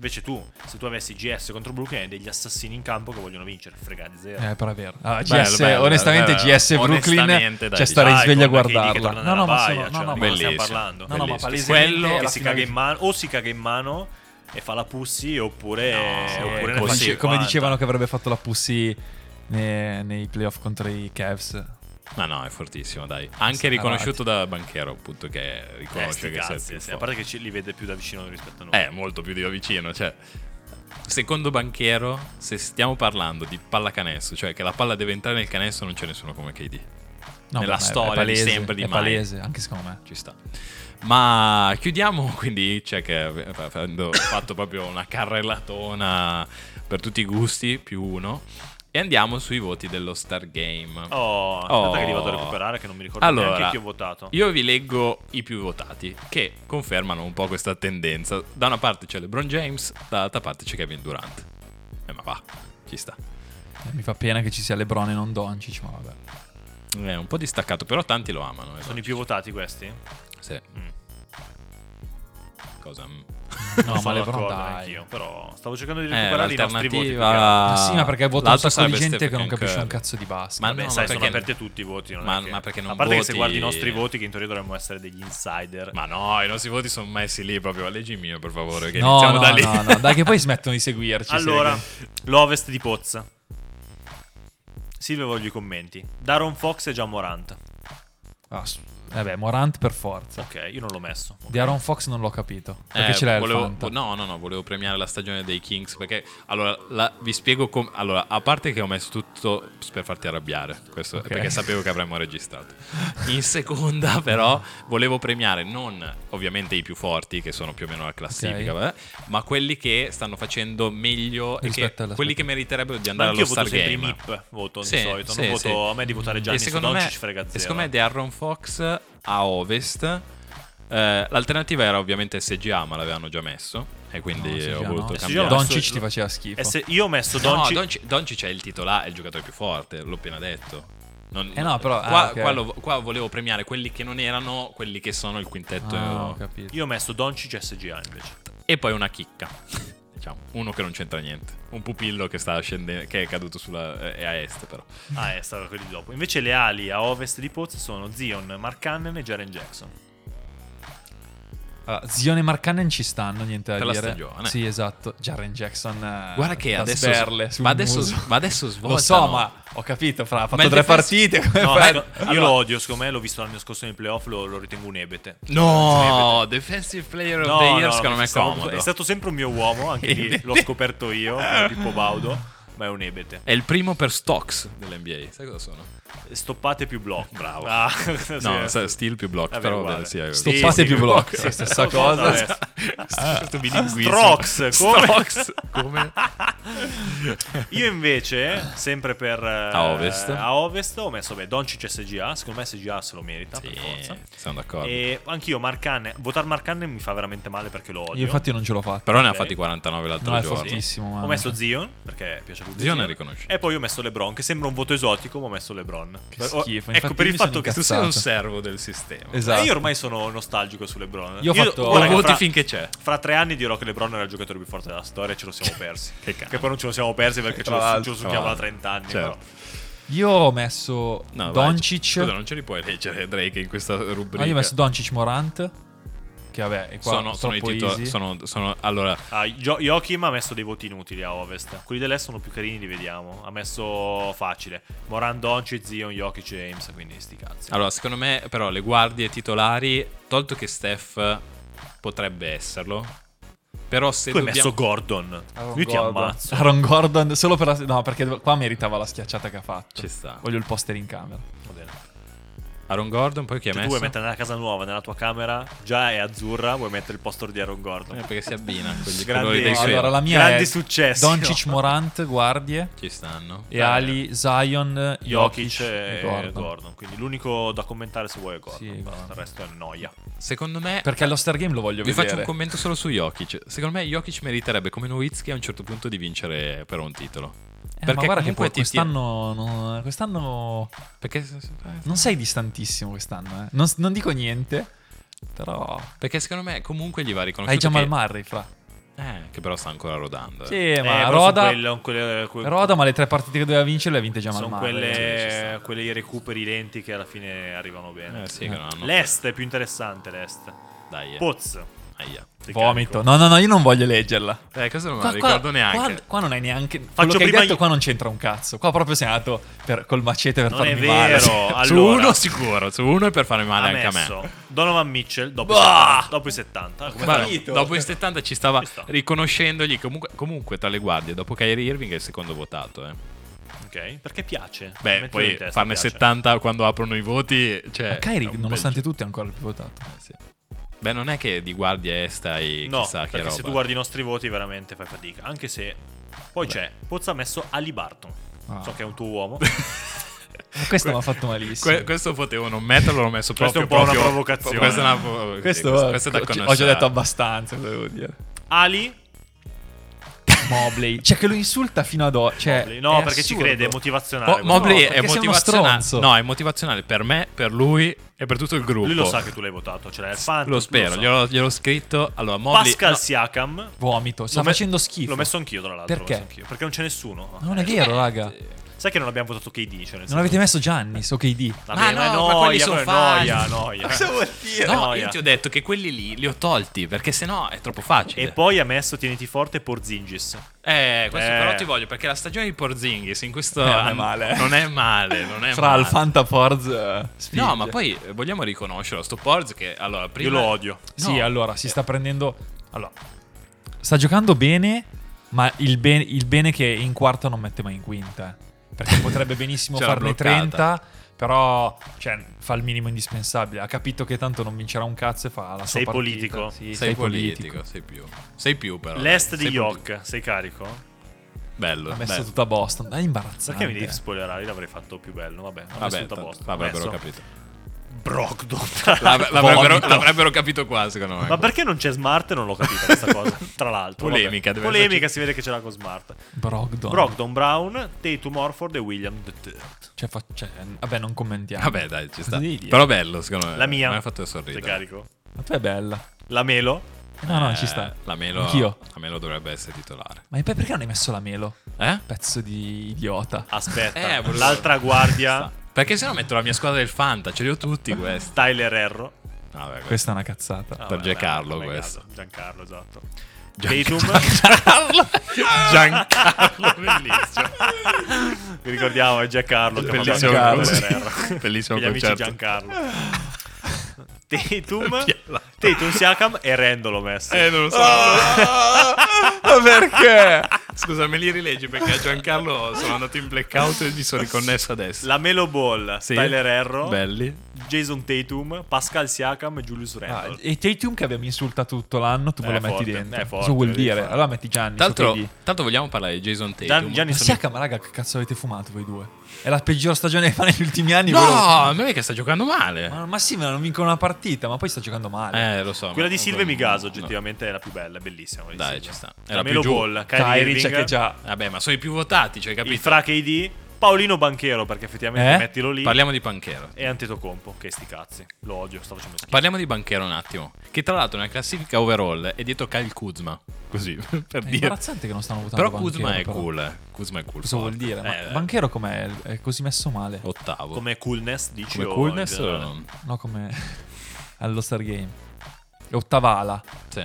S3: Invece tu, se tu avessi GS contro Brooklyn, hai degli assassini in campo che vogliono vincere. Frega di zero.
S2: Eh, però è vero. Ah,
S1: Bello,
S2: GS,
S1: bello,
S2: onestamente,
S1: bello, bello.
S2: GS Brooklyn
S1: Onestamente,
S2: c'è
S1: dai,
S2: sta
S1: dai,
S2: risveglia a
S3: con KD che
S2: guardarla. No, no,
S3: torna
S2: ma
S3: dalla baia,
S2: sono,
S3: cioè,
S2: no, no, ma
S3: di cosa stiamo
S1: Bellissimo.
S3: parlando.
S2: No, no, ma
S1: Bellissimo.
S2: palesemente
S1: Quello
S2: è
S3: che
S2: la
S3: si
S2: finale
S3: caga
S2: di-
S3: in mano o si caga in mano e fa la pussy oppure,
S1: No,
S3: oppure
S1: eh,
S3: ne fa
S1: così,
S2: Dice-
S3: 50.
S2: come dicevano che avrebbe fatto la Pussy ne- nei playoff contro i Cavs.
S1: Ma no, è fortissimo, dai. Anche
S2: Sì,
S1: riconosciuto da Banchero, appunto, che
S3: eh,
S1: riconosce
S3: sti
S1: che sei il
S3: cazzi,
S1: più
S3: sì, a
S1: forte.
S3: parte che ci- li vede più da vicino rispetto a noi
S1: Eh, molto più di da vicino, cioè. Secondo Banchero, se stiamo parlando di pallacanestro, cioè che la palla deve entrare nel canestro, non c'è nessuno come KD.
S2: No,
S1: Nella
S2: ma è-
S1: storia
S2: è
S1: di
S2: palese,
S1: sempre di
S2: è
S1: mai.
S2: palese, anche secondo me.
S1: Ci sta. Ma chiudiamo [LAUGHS] quindi, cioè che avendo fatto proprio una carrellatona per tutti i gusti, più uno, e andiamo sui voti dello Stargame.
S3: Oh, aspetta che li vado a recuperare che non mi ricordo neanche chi ho votato.
S1: Io vi leggo i più votati, che confermano un po' questa tendenza. Da una parte c'è LeBron James, dall'altra parte c'è Kevin Durant. Eh, ma va, ci sta.
S2: Eh, Mi fa pena che ci sia Lebron e non Doncic, ma
S1: [LAUGHS]
S2: vabbè.
S1: È un po' distaccato, però tanti lo amano. eh.
S3: Sono i più votati questi?
S1: Sì.
S3: Mm.
S1: Cosa?
S2: No, ma Lebron
S3: Sono d'accordo
S2: dai.
S3: anch'io, però stavo cercando di
S1: Eh,
S3: recuperare i nostri voti. più che altro.
S1: l'alternativa...
S2: Ma sì, ma perché vota un
S1: l'altra
S2: sacco di
S1: sarebbe
S2: gente che non
S1: Stephen
S2: capisce un
S1: Curry.
S2: cazzo di basta.
S1: Ma
S3: Vabbè,
S1: no,
S3: sai, sono
S1: perché-
S3: aperti a tutti i voti. non è
S1: ma-
S3: che-
S1: ma perché non
S3: A parte che se
S1: voti-
S3: guardi i nostri voti, che in teoria dovremmo essere degli insider.
S1: Ma no, i nostri voti sono messi lì proprio. Leggi il mio, per favore, che
S2: No,
S1: iniziamo
S2: no,
S1: da lì.
S2: no, no, dai che poi smettono di seguirci. se-
S3: allora, l'Ovest di Pozza. Silvio, voglio i commenti. Daron Fox e Gian Morant.
S2: Ah, s- vabbè, Morant per forza.
S3: Ok, io non l'ho messo.
S2: Di Aaron Fox non l'ho capito. Perché
S1: Eh,
S2: ce l'hai al
S1: volevo-
S2: Fanta.
S1: No, no, no, volevo premiare la stagione dei Kings perché allora la- vi spiego come allora, a parte che ho messo tutto per farti arrabbiare, questo
S2: Ok.
S1: perché sapevo che avremmo
S2: [LAUGHS]
S1: registrato. In seconda però volevo premiare non ovviamente i più forti che sono più o meno la classifica,
S2: Ok.
S1: vabbè, ma quelli che stanno facendo meglio e che,
S2: Rispetto alla-
S1: quelli che meriterebbero di
S3: Ma
S1: andare allo
S3: anch'io voto
S1: Star
S3: sempre i
S1: Game.
S3: MIP. Voto
S1: Sì,
S3: di solito.
S1: sì,
S3: non
S1: sì.
S3: voto a me di votare Gianni.
S1: E secondo me,
S3: ci frega zero.
S1: e secondo me di Aaron Fox a ovest. eh, l'alternativa era ovviamente SGA, ma l'avevano già messo. E quindi
S2: No,
S1: ho
S2: SGA
S1: voluto
S2: no. Eh
S3: SGA
S1: cambiare.
S3: Don-
S2: Doncic ti faceva schifo.
S1: Eh
S3: E se- io ho messo
S1: No,
S3: Doncic.
S1: Doncic Doncic è il titolare, è il giocatore più forte, l'ho appena detto. Non-
S2: Eh no, però-
S1: qua,
S2: ah, ok.
S1: qua lo- qua volevo premiare quelli che non erano, quelli che sono il quintetto.
S2: Ah, ho capito.
S3: Io ho messo Doncic e SGA invece.
S1: e poi una chicca. [LAUGHS] Diciamo, uno che non c'entra niente. Un pupillo che sta scendendo, che è caduto sulla, eh, è a est, però.
S3: Ah, è stato quelli di dopo. Invece le ali a ovest di Pozza sono Zion, Mark Cannon e Jaren Jackson.
S2: Allora, Zion e Markkanen ci stanno, niente da
S1: Per la
S2: dire.
S1: stagione.
S2: Sì, esatto. Jaren Jackson. eh,
S1: Guarda che
S2: da
S1: adesso,
S2: sberle sul
S1: ma adesso,
S2: muso.
S1: ma adesso
S2: [LAUGHS] Lo
S1: svoltano.
S2: so, ma ho capito, fra, ha fatto
S1: Ma il
S2: tre
S1: difensa-
S2: partite. come
S3: No,
S2: fai?
S3: ecco, io
S2: Allora-
S3: lo odio, secondo me l'ho visto l'anno scorso nei playoff, lo, lo ritengo un ebete.
S1: No, Defensive Player of the Year secondo me è
S3: stavo-
S1: comodo.
S3: È stato sempre un mio uomo, anche
S1: [LAUGHS]
S3: lì l'ho scoperto io, Pippo Baudo, ma è un ebete.
S1: È il primo per stocks dell'NBA. Sai cosa sono?
S3: Stoppate più block. Bravo.
S1: Ah,
S3: [LAUGHS]
S1: [LAUGHS] No, sa- steal più block,
S3: Vabbè,
S1: però
S3: uguale.
S1: sì, è-
S3: Sì,
S2: Stoppate più block.
S3: sì,
S2: Stessa
S3: sì,
S2: cosa.
S3: sì.
S1: [LAUGHS] Questo bilinguismo.
S3: Strox, come?
S1: Strox, come?
S3: Io invece, sempre per eh,
S1: A ovest.
S3: a ovest, ho messo beh, Doncic e SGA, secondo me SGA se lo merita per forza. [LAUGHS]
S1: Sì, sono d'accordo.
S3: E anch'io Marcanne, votare Marcanne mi fa veramente male perché lo odio.
S2: Io infatti non ce l'ho fatta.
S1: Però ne ha
S3: ok.
S1: fatti 49 l'altro
S2: No, è
S1: giorno.
S2: fortissimo. ma-
S3: ho messo Zion perché piace più
S1: Zion è riconosciuto.
S3: E poi ho messo LeBron, che sembra un voto esotico, ma ho messo LeBron.
S2: Che
S3: Per- ho-
S2: schifo,
S3: Ecco,
S2: infatti
S3: per il
S2: mi
S3: fatto
S2: sono
S3: che
S1: Tu sei un
S2: Esatto.
S1: servo del sistema.
S2: Esatto.
S3: Eh, Io ormai sono nostalgico su LeBron.
S2: Io ho fatto-
S1: Lo
S3: guarda che
S1: voti
S3: fra-
S1: finché c'è.
S3: Fra tre anni dirò che LeBron era il giocatore più forte della storia e ce lo siamo persi.
S1: Che cazzo.
S3: poi non ce lo siamo persi perché ce
S2: Tra
S3: lo,
S2: l'altro,
S3: ce lo
S1: tra
S3: succhiamo da
S1: l'altro.
S3: 30 anni.
S1: Certo.
S3: però.
S2: Io ho messo
S1: No, vai.
S2: Doncic.
S1: Scusa, non ce li puoi leggere Drake in questa rubrica.
S2: Ah, io ho messo Doncic Morant. Che vabbè, è qua
S1: sono, sono i
S2: troppo
S1: titoli.
S2: easy.
S1: Sono, sono, allora,
S3: Ah, Gio- Joachim ha messo dei voti inutili a Ovest. Quelli dell'Est sono più carini, li vediamo. Ha messo facile. Moran, Doncic, Zion, Jokic e James, quindi sti cazzi.
S1: Allora, secondo me, però, le guardie titolari, tolto che Steph potrebbe esserlo, però se
S3: tu hai
S1: dobbiamo...
S3: messo Gordon.
S2: Aaron
S3: Io ti
S2: Gordon.
S3: ammazzo.
S2: Aaron Gordon, solo per la... No, perché qua meritava la schiacciata che ha fatto.
S1: Ci sta.
S2: Voglio il poster in camera.
S3: Va bene.
S1: Aaron Gordon, poi chi è
S3: Cioè, tu
S1: messo?
S3: vuoi mettere nella casa nuova, nella tua camera, già è azzurra, vuoi mettere il poster di Aaron Gordon.
S1: Eh, perché si abbina con gli
S3: Grandi-
S1: colori dei
S3: No,
S1: suoi.
S2: Allora, la mia
S3: Grandi
S2: è
S3: successi,
S2: Doncic
S3: no?
S2: Morant, guardie.
S1: Ci stanno.
S2: E Ali, Zion,
S3: Jokic
S2: Jokic
S3: e
S2: e
S3: Gordon.
S2: Gordon.
S3: Quindi l'unico da commentare se vuoi è Gordon.
S2: Sì,
S3: basta,
S2: Gordon.
S3: Il resto è noia.
S1: Secondo me
S2: Perché allo Star Game lo voglio
S1: Vi
S2: vedere.
S1: faccio un commento solo su Jokic. Secondo me Jokic meriterebbe come Nowitzki a un certo punto di vincere però un titolo.
S2: Eh, ma
S1: perché
S2: guarda che
S1: comunque
S2: poi
S1: ti- ti-
S2: quest'anno, non- quest'anno
S1: Perché,
S2: non sei distantissimo quest'anno, eh. non, non dico niente, però
S1: perché secondo me comunque gli va riconosciuto
S2: hai già
S1: che,
S2: Murray fra.
S1: eh, che però sta ancora rodando. eh.
S2: Sì,
S3: Eh,
S2: ma
S3: però
S2: Roda,
S3: sono quelle- quelle- que-
S2: Roda, ma le tre partite che doveva vincere le ha vinte già
S3: sono
S2: Murray. Sì, ci sta.
S3: quelle, quelle recuperi lenti che alla fine arrivano bene.
S1: Eh, sì, che non hanno-
S3: L'est è più interessante, l'est.
S1: Dai. eh.
S3: Poz.
S1: Aia.
S3: Ti
S2: Vomito.
S3: carico.
S2: No, no, no, io non voglio leggerla.
S1: Eh, questo non me lo ricordo neanche.
S2: Qua, qua non hai neanche. Faccio
S3: Faccio
S2: quello che hai
S3: prima
S2: detto
S3: io-
S2: qua non c'entra un cazzo. Qua proprio sei andato per- col macete per
S3: Non è
S2: farmi [LAUGHS] male.
S3: vero.
S1: Su
S3: allora.
S1: uno sicuro, su uno è per farmi male
S3: Ha
S1: anche a
S3: messo
S1: me.
S3: Donovan Mitchell dopo, i
S2: Bah!
S3: 70, dopo i 70. Come
S1: Guarda,
S3: fa-
S2: Capito.
S1: dopo i 70 ci stava
S3: Ci sta.
S1: riconoscendogli comunque, comunque tra le guardie, dopo Kyrie Irving è il secondo votato. Eh.
S3: Ok, perché piace.
S1: Beh,
S3: Mettilo
S1: poi
S3: in testa,
S1: farne
S3: piace.
S1: 70 quando aprono i voti, cioè...
S2: Ma Kyrie,
S1: è un
S2: nonostante tutto, è ancora il più votato. Eh,
S1: bel- sì. Beh, non è che di guardia e stai
S3: No,
S1: chissà che
S3: perché
S1: roba.
S3: se tu guardi i nostri voti veramente fai fatica. Anche se... Poi c'è, Pozza ha messo Ali Barton.
S2: Ah.
S3: So che è un tuo uomo.
S2: Ma questo mi ha fatto
S1: [LAUGHS]
S2: malissimo.
S1: Que- questo potevo non metterlo, l'ho messo
S3: Questa
S1: proprio...
S3: è un po' una
S1: proprio-
S3: provocazione.
S1: Questa è una provocazione.
S2: Questo-
S1: questo è da
S2: ho- ho già
S1: conoscere.
S2: detto abbastanza, devo dire.
S3: Ali...
S2: Mobley. Cioè, che lo insulta fino ad oggi. Cioè,
S3: Mobley. No,
S2: è
S3: perché ci
S2: assurdo.
S3: crede, è motivazionale.
S1: Mo-
S3: Guarda,
S1: Mobley
S2: no,
S1: è
S2: perché sei uno
S1: motivazionale.
S2: stronzo.
S1: No, è motivazionale per me, per lui e per tutto il gruppo.
S3: Lui lo sa che tu l'hai votato, ce l'hai al fan.
S1: Lo spero,
S3: so.
S1: gliel'ho, gliel'ho scritto. Allora, Mobley...
S3: Pascal
S1: no,
S3: Siakam.
S2: Vomito. Sta
S3: L'ho me-
S2: facendo schifo.
S3: L'ho messo anch'io, tra l'altro. l'ho
S2: Perché?
S3: messo anch'io. Perché non c'è nessuno.
S2: Non è
S1: Eh,
S2: vero, raga.
S3: Sai che non abbiamo votato KD? Cioè nel senso-
S2: Non avete messo Giannis o KD?
S3: Vabbè,
S1: Ma
S3: è
S1: no, ma quelli
S3: noia,
S1: sono
S3: quello è noia,
S1: falsi.
S3: noia.
S1: No,
S3: Noia.
S1: io ti ho detto che quelli lì li ho tolti, perché sennò è troppo facile.
S3: E poi ha messo Tieniti forte Porzingis.
S1: Eh, questo
S3: Eh.
S1: però ti voglio perché la stagione di Porzingis in questo
S2: non è
S1: anno
S2: male.
S1: non è male, non è
S2: Eh, Fra
S1: male.
S2: il Fanta Force.
S1: No, ma poi eh, vogliamo riconoscerlo sto Porz che allora prima
S3: Io lo odio.
S2: Sì,
S1: No.
S2: allora si sta prendendo. Allora, sta giocando bene, ma il, be- il bene che in quarta non mette mai in quinta. eh. Perché potrebbe
S3: [LAUGHS]
S2: benissimo
S1: Ce l'ha
S2: farne
S1: bloccata.
S2: 30, però cioè, fa il minimo indispensabile. Ha capito che tanto non vincerà un cazzo e fa la sua
S3: Sei
S2: partita.
S3: politico.
S2: Sì,
S1: sei, politico, sei più. Sei più però.
S3: L'est
S1: dai,
S3: di
S1: sei
S3: Yok,
S1: politico.
S3: sei carico?
S1: Bello.
S2: Ha messo
S1: bello.
S2: tutta Boston. È imbarazzante.
S1: Ah,
S3: Perché mi devi spoilerare? Io l'avrei fatto più bello, vabbè. ho messo
S1: Vabbè,
S3: tutto a
S1: tanto
S3: posto.
S1: l'avrebbero
S3: Ho messo
S1: capito.
S3: Brogdon.
S1: L'avre- l'avrebbero,
S2: Vomito.
S1: l'avrebbero capito qua, secondo me.
S3: Ma perché non c'è Smart? Non l'ho capita
S1: [LAUGHS]
S3: questa cosa. Tra l'altro. vabbè.
S1: Polemica, deve
S3: Polemica,
S1: esserci.
S3: si vede che ce l'ha con Smart.
S2: Brogdon.
S3: Brogdon, Brown, Tatum, Orford e William III.
S2: Cioè, fa- cioè, vabbè, non commentiamo.
S1: Vabbè, dai, ci
S2: Cosa
S1: sta.
S2: devi dire?
S1: Però bello, secondo me.
S3: La mia.
S1: Eh, Mi ha fatto
S3: Sei
S1: sorridere.
S3: carico.
S2: Ma tu è bella.
S3: La Melo.
S2: No, no,
S1: Eh,
S2: ci sta.
S1: La Melo
S2: Anch'io.
S1: La Melo dovrebbe essere titolare.
S2: Ma poi perché non hai messo la Melo?
S3: Ah.
S1: Eh?
S2: Pezzo di idiota.
S3: Aspetta.
S1: Eh, volevo-
S3: L'altra guardia,
S1: Sta. Perché se no metto la mia squadra del Fanta, ce li ho tutti questi.
S3: Tyler Erro.
S1: Vabbè, questo.
S2: Questa è una cazzata.
S3: Ah,
S1: Per
S3: vabbè,
S1: Giancarlo,
S3: vabbè,
S1: questo.
S3: Giancarlo, esatto.
S1: Giancarlo.
S3: Tatum.
S1: Giancarlo.
S3: Bellissimo.
S1: [LAUGHS]
S3: Vi ricordiamo, è Giancarlo. che
S1: Bellissimo,
S3: fa parte di
S1: sì.
S3: Tyler
S1: [LAUGHS]
S3: Herro.
S1: Bellissimo
S3: Gli amici
S1: concerto.
S3: Giancarlo.
S1: [LAUGHS]
S3: Tatum,
S1: Chi è la-
S3: Tatum Siakam e Rendo l'ho messo.
S1: Eh, non lo so.
S2: Ah!
S1: Ma perché? Scusa, me li rileggi perché a Giancarlo sono andato in blackout e gli sono riconnesso adesso.
S3: La Melo Ball,
S1: Sì.
S3: Tyler Erro,
S1: Belli.
S3: Jason Tatum, Pascal Siakam e Julius
S2: Ah,
S3: Randle.
S2: e Tatum che abbiamo insultato tutto l'anno, tu me
S3: Eh,
S2: lo metti
S3: forte,
S2: dentro.
S3: eh, forte,
S2: Cosa vuol
S3: devi
S2: dire?
S3: fare.
S2: Allora metti Gianni.
S1: Tanto,
S2: Ma
S1: tanto vogliamo parlare di Jason Tatum.
S3: Gian- Gianni sono-
S2: Siakam, raga, che cazzo avete fumato voi due? È la peggior stagione che fa negli ultimi anni.
S1: No,
S2: volevo-
S1: a me che sta giocando male.
S2: Ma, ma sì, ma non vincono una partita, ma poi sta giocando male.
S1: Eh, lo so.
S3: Quella
S1: ma-
S3: di Silve Migaso,
S1: No.
S3: oggettivamente, è la più bella, è bellissima. quella di
S1: Dai,
S3: Silve.
S1: ci sta. Era
S3: La
S1: più
S3: Melo
S1: giù.
S3: Ball, Kyrie
S2: Kyrie c'è
S3: Irving,
S2: che già...
S1: Vabbè, ma sono i più votati, cioè, capito?
S3: il Fra KD, Paolino Banchero, perché effettivamente
S2: Eh?
S3: mettilo lì,
S1: Parliamo di Panchero.
S3: e Antetokounmpo, che sti cazzi. Lo odio, sto facendo schifo.
S1: Parliamo di Banchero un attimo, che tra l'altro nella classifica overall è dietro Kyle Kuzma, così [LAUGHS] per
S2: È
S1: dire.
S2: imbarazzante che non stanno votando
S1: Però
S2: Banchero,
S1: Kuzma è
S2: però.
S1: cool, eh. Kuzma è cool.
S2: Cosa vuol
S1: forte.
S2: dire? Ma
S1: Eh,
S2: Banchero com'è? È così messo male?
S1: ottavo. Come,
S3: Come coolness, dici? o in
S1: coolness?
S3: generale?
S1: o-
S2: No, come... [LAUGHS] Allo Star Game. È Ottavala.
S1: Sì.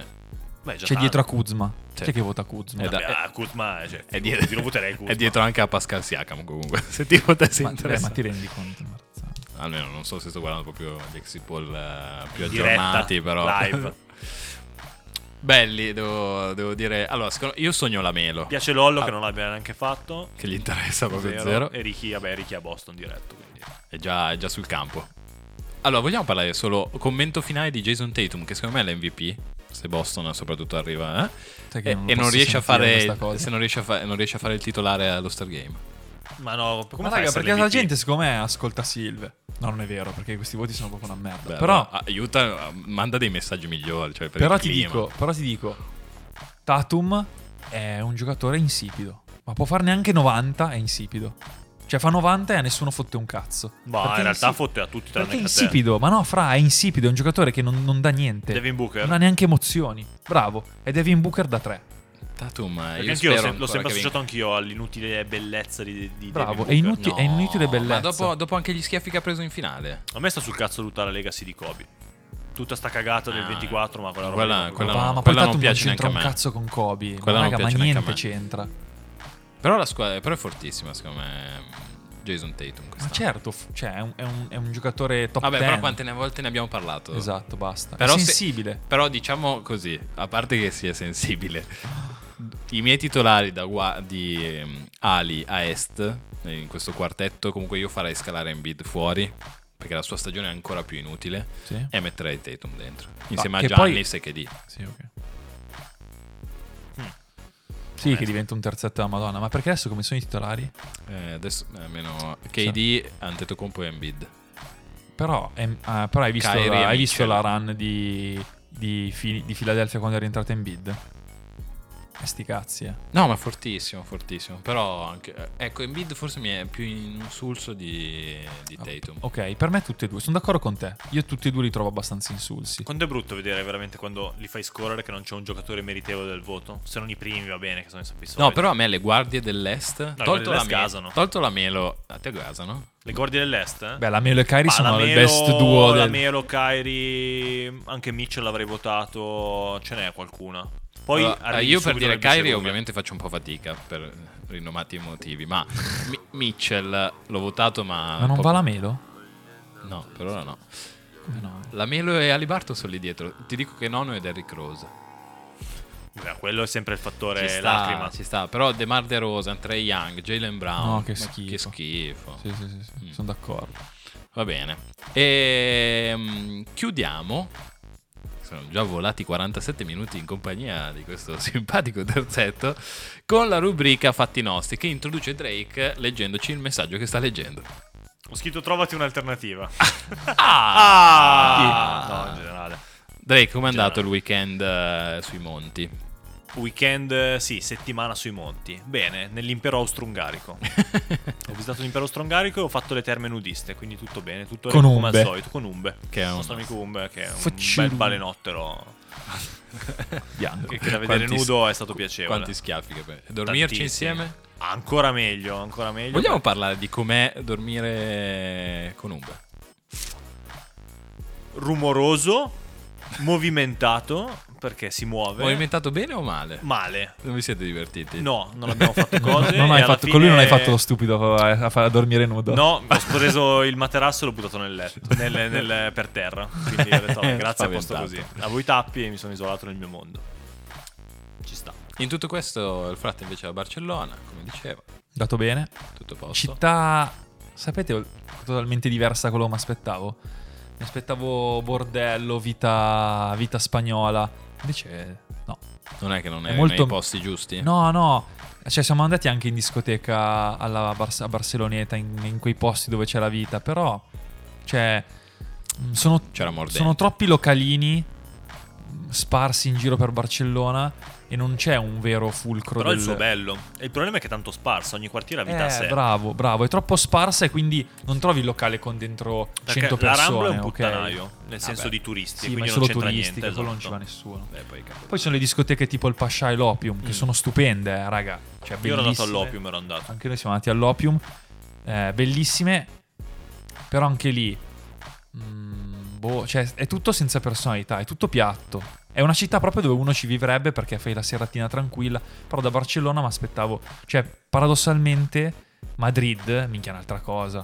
S3: Beh, già
S2: C'è
S3: tanto.
S2: dietro a Kuzma.
S1: Sì.
S2: C'è che vota Kuzma?
S1: Eh, da-
S3: Vabbè, ah, Kuzma, cioè,
S1: È
S3: figurati,
S1: dietro,
S3: lo voterei Kuzma.
S1: [LAUGHS] è dietro anche a Pascal Siakam comunque, [LAUGHS] se ti potessi
S2: ma, eh, ma
S1: interessare.
S2: ti rendi conto? imbarazzante.
S1: Almeno non so se sto guardando proprio gli exit poll eh, più
S3: Diretta,
S1: aggiornati, però... [LAUGHS]
S3: live.
S1: Belli, devo, devo dire... Allora, secondo- io sogno la Melo,
S3: Piace Lollo che non l'abbia neanche fatto.
S1: che gli interessa proprio
S3: Zero.
S1: Ah. zero.
S3: E Ricky, vabbè, Ricky a Boston diretto, quindi.
S1: È già, è già sul campo. Allora, vogliamo parlare solo commento finale di Jason Tatum, che secondo me è l'MVP. Se Boston soprattutto arriva, eh?
S2: Sai Cioè che
S1: e,
S2: non lo
S1: e non
S2: posso
S1: riesce a
S2: sentire
S1: fare
S2: questa cosa.
S1: se non riesce a, fa- non riesce a fare il titolare allo Star Game.
S3: Ma no, come
S2: Ma
S3: fai a
S2: raga,
S3: essere
S2: perché la
S3: MVP?
S2: gente secondo me ascolta Silve. No, non è vero, perché questi voti sono proprio una merda.
S1: Beh,
S2: però,
S1: allora, aiuta, manda dei messaggi migliori. Cioè per
S2: però
S1: il
S2: ti
S1: clima.
S2: dico, però ti dico, Tatum è un giocatore insipido, ma può farne anche 90, è insipido. Cioè fa 90 e a nessuno fotte un cazzo.
S1: Boh,
S3: Bah,
S2: Perché
S3: in
S2: è
S3: realtà
S2: insi-
S3: fotte a tutti tranne
S2: Perché è
S3: che a te.
S2: insipido, ma no, Fra è insipido, è un giocatore che non, non dà niente.
S3: Devin Booker.
S2: Non ha neanche emozioni. Bravo. È Devin Booker da 3.
S1: Tatum, eh,
S3: Perché
S1: io
S3: anch'io l'ho
S1: spero
S3: sem- l'ho
S1: ancora
S3: sempre
S1: che
S3: associato anch'io all'inutile bellezza di, di
S2: Bravo.
S3: Devin
S2: È,
S3: Booker.
S2: inuti-
S1: vinca.
S2: è inutile
S1: No,
S2: bellezza.
S1: Ma dopo, dopo anche gli schiaffi che ha preso in finale.
S3: A me sta sul cazzo tutta la legacy di Kobe. Tutta sta cagata del
S1: Ah,
S3: 24, ma quella roba.
S1: quella-
S3: lì-
S1: quella-
S2: Ah,
S1: no,
S2: ma poi
S1: quella
S2: Tatum
S1: non
S2: non
S1: piace
S2: c'entra
S1: neanche
S2: un
S1: a me.
S2: cazzo con Kobe.
S1: Quella
S2: ma
S1: non
S2: raga, ma
S1: piace neanche a
S2: niente
S1: me.
S2: c'entra.
S1: Però la squadra però è fortissima, secondo me. Jason Tatum.
S2: Ma
S1: quest'anno.
S2: certo, f- cioè, è, un, è un- è un giocatore top
S1: Vabbè,
S2: 10.
S1: però quante ne- volte ne abbiamo parlato.
S2: Esatto, basta.
S1: Però
S2: è
S1: se-
S2: sensibile.
S1: Però diciamo così, a parte che sia sensibile, i miei titolari da gua- di ehm, Ali a est, eh, in questo quartetto, comunque io farei scalare Embiid fuori, perché la sua stagione è ancora più inutile,
S2: Sì.
S1: e metterei Tatum dentro, insieme a
S2: Ah, che poi-
S1: Giannis e KD.
S2: Sì, ok.
S1: Mm.
S2: Sì, che diventa un terzetto della Madonna. Ma perché adesso come sono i titolari?
S1: Eh, adesso, almeno KD, Antetokounmpo e Embiid.
S2: Però, ehm, ah, però hai visto,
S1: Kyrie cioè. e
S2: la, hai visto la
S1: Mitchell.
S2: run di, di, Fi- di Philadelphia quando è rientrata in bid? E sti cazzi, eh.
S1: No, ma fortissimo, fortissimo. Però anche... Ecco, Embiid forse mi è più in un sulso di, di Tatum.
S2: Ok, per me tutti e due. Sono d'accordo con te. Io tutti e due li trovo abbastanza insulsi.
S3: Quanto è brutto vedere veramente quando li fai scorrere che non c'è un giocatore meritevole del voto? Se non i primi va bene, che sono i sapessi.
S1: No, però a me le guardie dell'est, tolto, la
S3: dell'est gasano.
S1: me- tolto la melo, a te gasano?
S3: Le guardie dell'est, eh?
S2: Beh, la Melo e Kairi
S3: Ma
S2: sono il
S3: Lamelo-
S2: best duo del...
S3: Lamelo, Kyrie, anche Mitchell l'avrei votato, ce n'è qualcuna. Poi
S1: Allora, eh,
S3: arrivi
S1: io per
S3: subito
S1: dire
S3: nel best
S1: Kyrie
S3: duo.
S1: ovviamente faccio un po' fatica per rinomati motivi, ma Mi- Mitchell l'ho votato ma...
S2: Ma non
S1: po-
S2: va la Melo?
S1: No, per ora no.
S2: Come no?
S1: La Melo e Alibarto sono lì dietro, ti dico che nono è Derrick Rose.
S3: Beh, quello è sempre il fattore
S1: Ci sta,
S3: lacrima.
S1: ci sta, però DeMar DeRozan, Trey Young, Jalen Brown.
S2: No, che
S1: ma
S2: schifo.
S1: Che schifo.
S2: Sì, sì, sì, sì,
S1: Mm.
S2: sono d'accordo.
S1: Va bene. E chiudiamo. Sono già volati 47 minuti in compagnia di questo [LAUGHS] simpatico terzetto con la rubrica Fatti nostri che introduce Drake leggendoci il messaggio che sta leggendo.
S3: Ho scritto trovati un'alternativa.
S1: Ah!
S3: Ah! No, in generale.
S1: Drake, com'è andato il weekend eh, sui monti?
S3: Weekend, eh, sì, settimana sui monti. Bene, nell'impero austro-ungarico. ho visitato l'impero austro-ungarico e ho fatto le terme nudiste, quindi tutto bene, tutto
S2: Con
S3: come al
S2: Umbe.
S3: solito, con Umbe.
S1: Che è
S3: il
S1: un-
S3: nostro amico Umbe, che è un
S2: Facciolo.
S3: bel balenottero.
S1: [LAUGHS]
S2: Bianco.
S3: Che, che da vedere
S1: Quanti-
S3: nudo è stato piacevole.
S1: Quanti schiaffi che per... Dormirci
S3: Tantissimi.
S1: insieme?
S3: Ancora meglio, ancora meglio.
S1: Vogliamo parlare di com'è dormire con Umber?
S3: Rumoroso, movimentato, perché si muove.
S1: Movimentato bene o male?
S3: Male.
S1: Non vi siete divertiti?
S3: No, non
S2: [LAUGHS]
S3: abbiamo fatto cose.
S2: Non
S3: e
S2: hai
S3: alla
S2: fatto- Con lui non hai
S3: fine-
S2: fatto lo stupido a, a far dormire nudo.
S3: No, ho preso il materasso e l'ho buttato nel letto, nel- nel- per terra. Quindi ho detto,
S2: Eh,
S3: "Vabbè, grazie, a posto così.
S1: Spaventato.
S3: A voi tappi e mi sono isolato nel mio mondo. Ci sta.
S1: In tutto questo il frate invece è a Barcellona, come diceva,
S2: Dato bene.
S1: tutto a posto.
S2: Città, sapete, totalmente diversa da quello che mi aspettavo. Mi aspettavo bordello, vita, vita spagnola. Invece, no.
S1: Non è che non
S2: È
S1: è,
S2: molto-
S1: nei posti giusti?
S2: No, no. Cioè, siamo andati anche in discoteca alla Bar- a Barceloneta, in, in quei posti dove c'è la vita. Però, cioè, mh, sono,
S1: C'era Mordente.
S2: sono troppi localini mh, sparsi in giro per Barcellona e non c'è un vero fulcro
S3: Però è
S2: del...
S3: il suo bello. E il problema è che è tanto sparso, ogni quartiere ha vita a sé.
S2: Eh, bravo, bravo, è troppo sparsa e quindi non trovi il locale con dentro 100
S3: la Rambla è
S2: persone,
S3: un
S2: ok?
S3: puttanaio, nel senso
S1: Vabbè.
S3: di turisti,
S2: Sì,
S3: quindi
S2: ma è
S3: non
S2: solo
S3: c'entra
S2: turistico,
S3: niente.
S2: quello non ci va
S3: esatto.
S2: nessuno.
S1: Beh, poi capito.
S2: Poi ci sono le discoteche tipo il Pascià e l'Opium, che
S3: Mm.
S2: sono stupende, eh, raga. Cioè,
S3: Io ero andato
S2: bellissime.
S3: all'opium, ero andato.
S2: Anche noi siamo andati all'Opium, eh, bellissime, però anche lì, mm, boh, cioè, è tutto senza personalità, è tutto piatto. È una città proprio dove uno ci vivrebbe perché fai la serratina tranquilla, però da Barcellona mi aspettavo, cioè, paradossalmente, Madrid, minchia è un'altra cosa.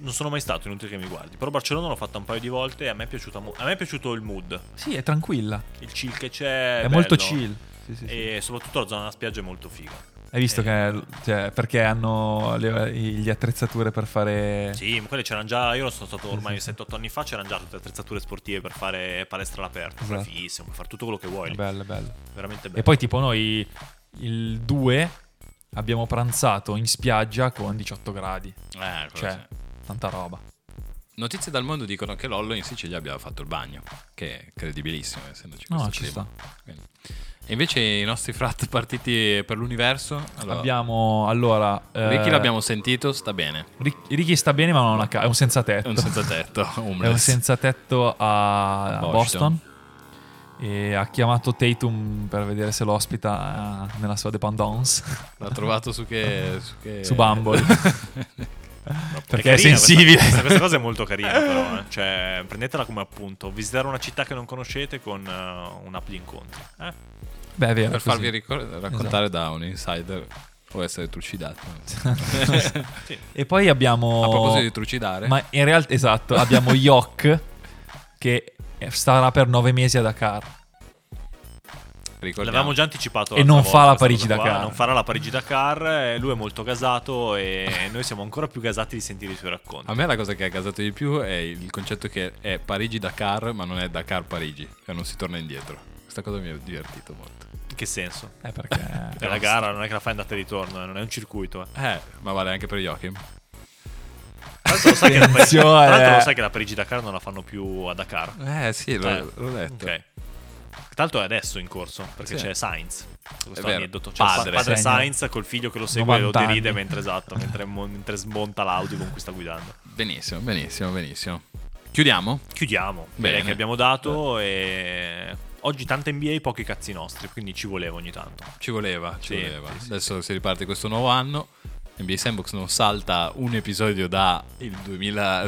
S3: Non sono mai stato, inutile che mi guardi. Però Barcellona l'ho fatta un paio di volte e a me è, piaciuta mo- a me è piaciuto il mood.
S2: Sì, è tranquilla,
S3: Il chill che c'è.
S2: è molto
S3: bello.
S2: chill. Sì, sì, sì.
S3: E soprattutto la zona della spiaggia è molto figa.
S2: Hai visto che cioè, perché hanno le, gli attrezzature per fare
S3: Sì, ma quelle c'erano già. Io sono stato ormai 7-8 anni fa. C'erano già tutte le attrezzature sportive per fare palestra all'aperto.
S2: Esatto.
S3: Fisse, puoi fare tutto quello che vuoi. lì.
S2: Bello, bello.
S3: Veramente bello.
S2: E poi tipo noi il 2 abbiamo pranzato in spiaggia con 18 gradi,
S1: Eh, quello
S2: cioè
S1: sì.
S2: tanta roba.
S1: Notizie dal mondo dicono che Lollo in Sicilia abbia fatto il bagno, che è credibilissimo, essendoci
S2: No,
S1: questo
S2: ci
S1: clima. Quindi- E invece i nostri frat partiti per l'universo, allora,
S2: Abbiamo allora eh,
S1: Ricky l'abbiamo sentito, sta bene,
S2: Ricky, Ricky sta bene, ma non ha ca- è un senza
S1: è
S2: tetto.
S1: un senza tetto,
S2: [LAUGHS] È un senza tetto a a
S1: Boston.
S2: Boston. E ha chiamato Tatum per vedere se lo ospita eh, nella sua dependance.
S1: l'ha trovato su che...
S2: [LAUGHS]
S1: Su, che...
S2: Su
S1: [LAUGHS]
S2: Bumble. [LAUGHS] perché
S3: carina
S2: è sensibile.
S3: Questa, questa- questa cosa è molto carina, però. eh. Cioè, prendetela come appunto. Visitare una città che non conoscete con eh, un'app di incontri. Eh?
S2: Beh, è vero.
S1: Per
S2: così.
S1: farvi ricor- raccontare da un insider può essere trucidato.
S3: Sì.
S2: E poi abbiamo.
S1: A proposito di trucidare,
S2: Ma in realtà, esatto,
S3: [LAUGHS]
S2: abbiamo Yok che starà per nove mesi a Dakar.
S1: ricordiamo
S3: L'avevamo già anticipato.
S2: E
S3: l'altra
S2: non
S3: volta
S2: fa la
S3: questa
S2: Parigi
S3: cosa qua,
S2: Dakar.
S3: Non farà la Parigi Dakar. eh, Lui è molto gasato e [LAUGHS] noi siamo ancora più gasati di sentire i suoi
S2: Ah.
S3: racconti.
S1: A me la cosa che ha casato di più è il concetto che è Parigi-Dakar, ma non è Dakar-Parigi, cioè non si torna indietro. Questa cosa mi ha divertito molto.
S3: In che senso?
S2: Eh,
S3: [LAUGHS]
S2: perché.
S3: È la gara, non è che la fai andata e ritorno, eh, non è un circuito. Eh.
S1: Eh, ma vale anche per Joachim.
S3: Tra l'altro, lo sai che la Parigi- tra
S2: Attenzione. eh.
S3: l'altro lo sai che la Parigi Dakar non la fanno più a Dakar.
S1: Eh sì, l'ho, l'ho detto.
S3: Ok. Tanto è adesso in corso, perché
S1: Ecco. Sì.
S3: c'è Sainz. Questo
S1: vero.
S3: aneddoto. C'è il
S1: Padre.
S3: pa- padre
S2: Segna.
S3: Sainz col figlio che lo segue e lo
S2: 90
S3: deride
S2: anni.
S3: mentre esatto, mentre, mo- mentre smonta l'Audi con cui sta guidando.
S1: Benissimo, benissimo, benissimo. Chiudiamo?
S3: Chiudiamo. Bene,
S1: Bene.
S3: che abbiamo dato e oggi tanta NBA e pochi cazzi nostri, quindi ci voleva ogni tanto.
S1: Ci voleva, ci
S3: Sì,
S1: voleva.
S3: sì, sì,
S1: Adesso si riparte questo nuovo anno. NBA Sandbox non salta un episodio da il 2000,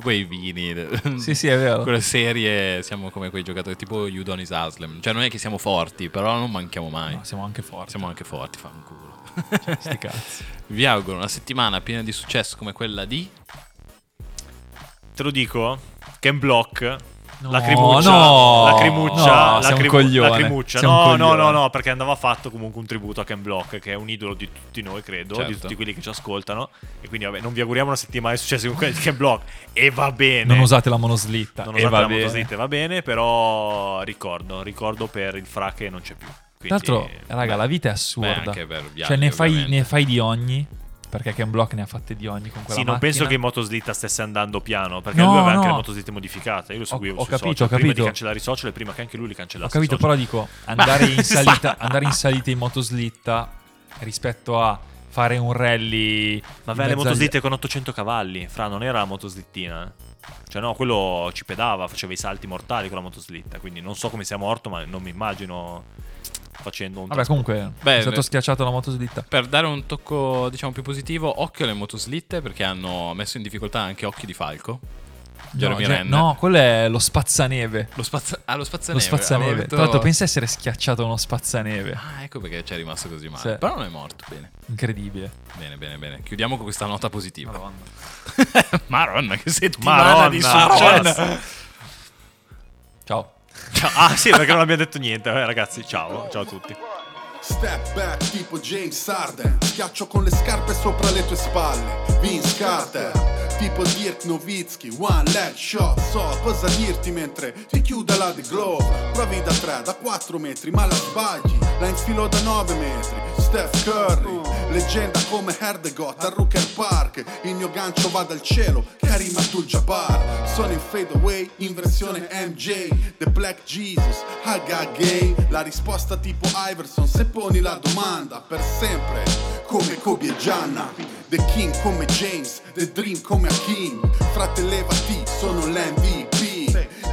S1: quei vini, [LAUGHS]
S3: mm,
S2: Sì, sì, è vero.
S1: quelle serie, siamo come quei giocatori tipo Udonis Haslem, cioè non è che siamo forti, però non manchiamo mai.
S2: No, siamo anche forti. Cioè,
S1: Siamo anche forti, fa un culo.
S3: [LAUGHS]
S2: Sti cazzi.
S1: [LAUGHS] Vi auguro una settimana piena di successo come quella di...
S3: Te lo dico, Ken Block.
S2: No,
S3: lacrimuccia,
S2: no,
S3: lacrimuccia,
S2: no, sei un
S3: lacrimu-
S2: coglione,
S3: lacrimuccia.
S2: sei un
S3: No, no,
S2: coglione.
S3: no, no, perché andava fatto comunque un tributo a Ken Block, che è un idolo di tutti noi, credo, di
S1: Certo.
S3: tutti quelli che ci ascoltano. E quindi, vabbè, non vi auguriamo una settimana di successo con quelli di Ken Block. E va bene.
S2: Non usate la monoslitta.
S3: non
S2: e
S3: usate
S2: va
S3: la
S2: bene.
S3: motoslitta, va bene, però ricordo, ricordo per il fra che non c'è più.
S2: Tra
S3: Quindi,
S2: l'altro, raga, la vita è assurda.
S1: Beh, anche per gli
S2: cioè, ne
S1: altri,
S2: fai,
S1: ovviamente.
S2: ne fai di ogni. Perché Ken Block ne ha fatte di ogni con quella
S3: Sì, non penso
S2: macchina.
S3: che in motoslitta stesse andando piano, perché
S2: No,
S3: lui aveva anche
S2: no.
S3: la motoslitta modificata. Io lo seguivo
S2: ho
S3: sui
S2: capito,
S3: social,
S2: ho
S3: prima di
S2: capito.
S3: cancellare i social e prima che Esatto. anche lui li
S2: Ho
S3: cancellasse.
S2: capito,
S3: i social.
S2: però dico, andare
S3: [LAUGHS]
S2: in, salita, andare in salita in motoslitta rispetto a fare un rally... in
S3: Ma aveva le
S2: mezzo agli-
S3: motoslitte con 800 cavalli, fra non era la motoslittina. eh. Cioè no, quello ci pedava, faceva i salti mortali con la motoslitta, quindi non so come sia morto, ma non mi immagino facendo un
S2: Vabbè, comunque,
S1: Beh,
S2: è stato
S1: eh.
S2: schiacciato la motoslitta.
S1: Per dare un tocco, diciamo, più positivo, occhio alle motoslitte perché hanno messo in difficoltà anche Occhi di Falco. Jeremy
S2: no, cioè,
S1: Renner.
S2: no, quello è lo spazzaneve.
S1: Lo, spazza- ah, lo spazzaneve.
S2: Lo spazzaneve.
S1: avevo detto-
S2: Tra l'altro, pensa essere schiacciato da uno spazzaneve.
S1: Ah, ecco perché c'è rimasto così male.
S2: Sì.
S1: Però non è morto. Bene,
S2: Incredibile.
S1: bene, bene, bene. Chiudiamo con questa nota positiva. [LAUGHS] Maronna,
S2: Madonna.
S1: che settimana
S3: Maronna,
S1: di
S3: Maronna.
S1: successo.
S2: Ciao.
S3: Ciao- [LAUGHS] Ah sì, perché non abbiamo detto niente. Vabbè, ragazzi, ciao, ciao a tutti.
S4: Step back tipo James Harden Schiaccio con le scarpe sopra le tue spalle Vince Carter Tipo Dirk Nowitzki One leg shot So cosa dirti mentre ti chiude la The Globe Provi da 3, da 4 metri ma la sbagli La infilo da 9 metri Steph Curry Leggenda come Herdegot a Rooker Park Il mio gancio va dal cielo Karim Abdul-Jabbar Sono in fade away in versione MJ The Black Jesus Haga gay La risposta tipo Iverson se poni la domanda Per sempre come Kobe e Gianna The King come James The Dream come Hakim Fratellevati sono l'MVP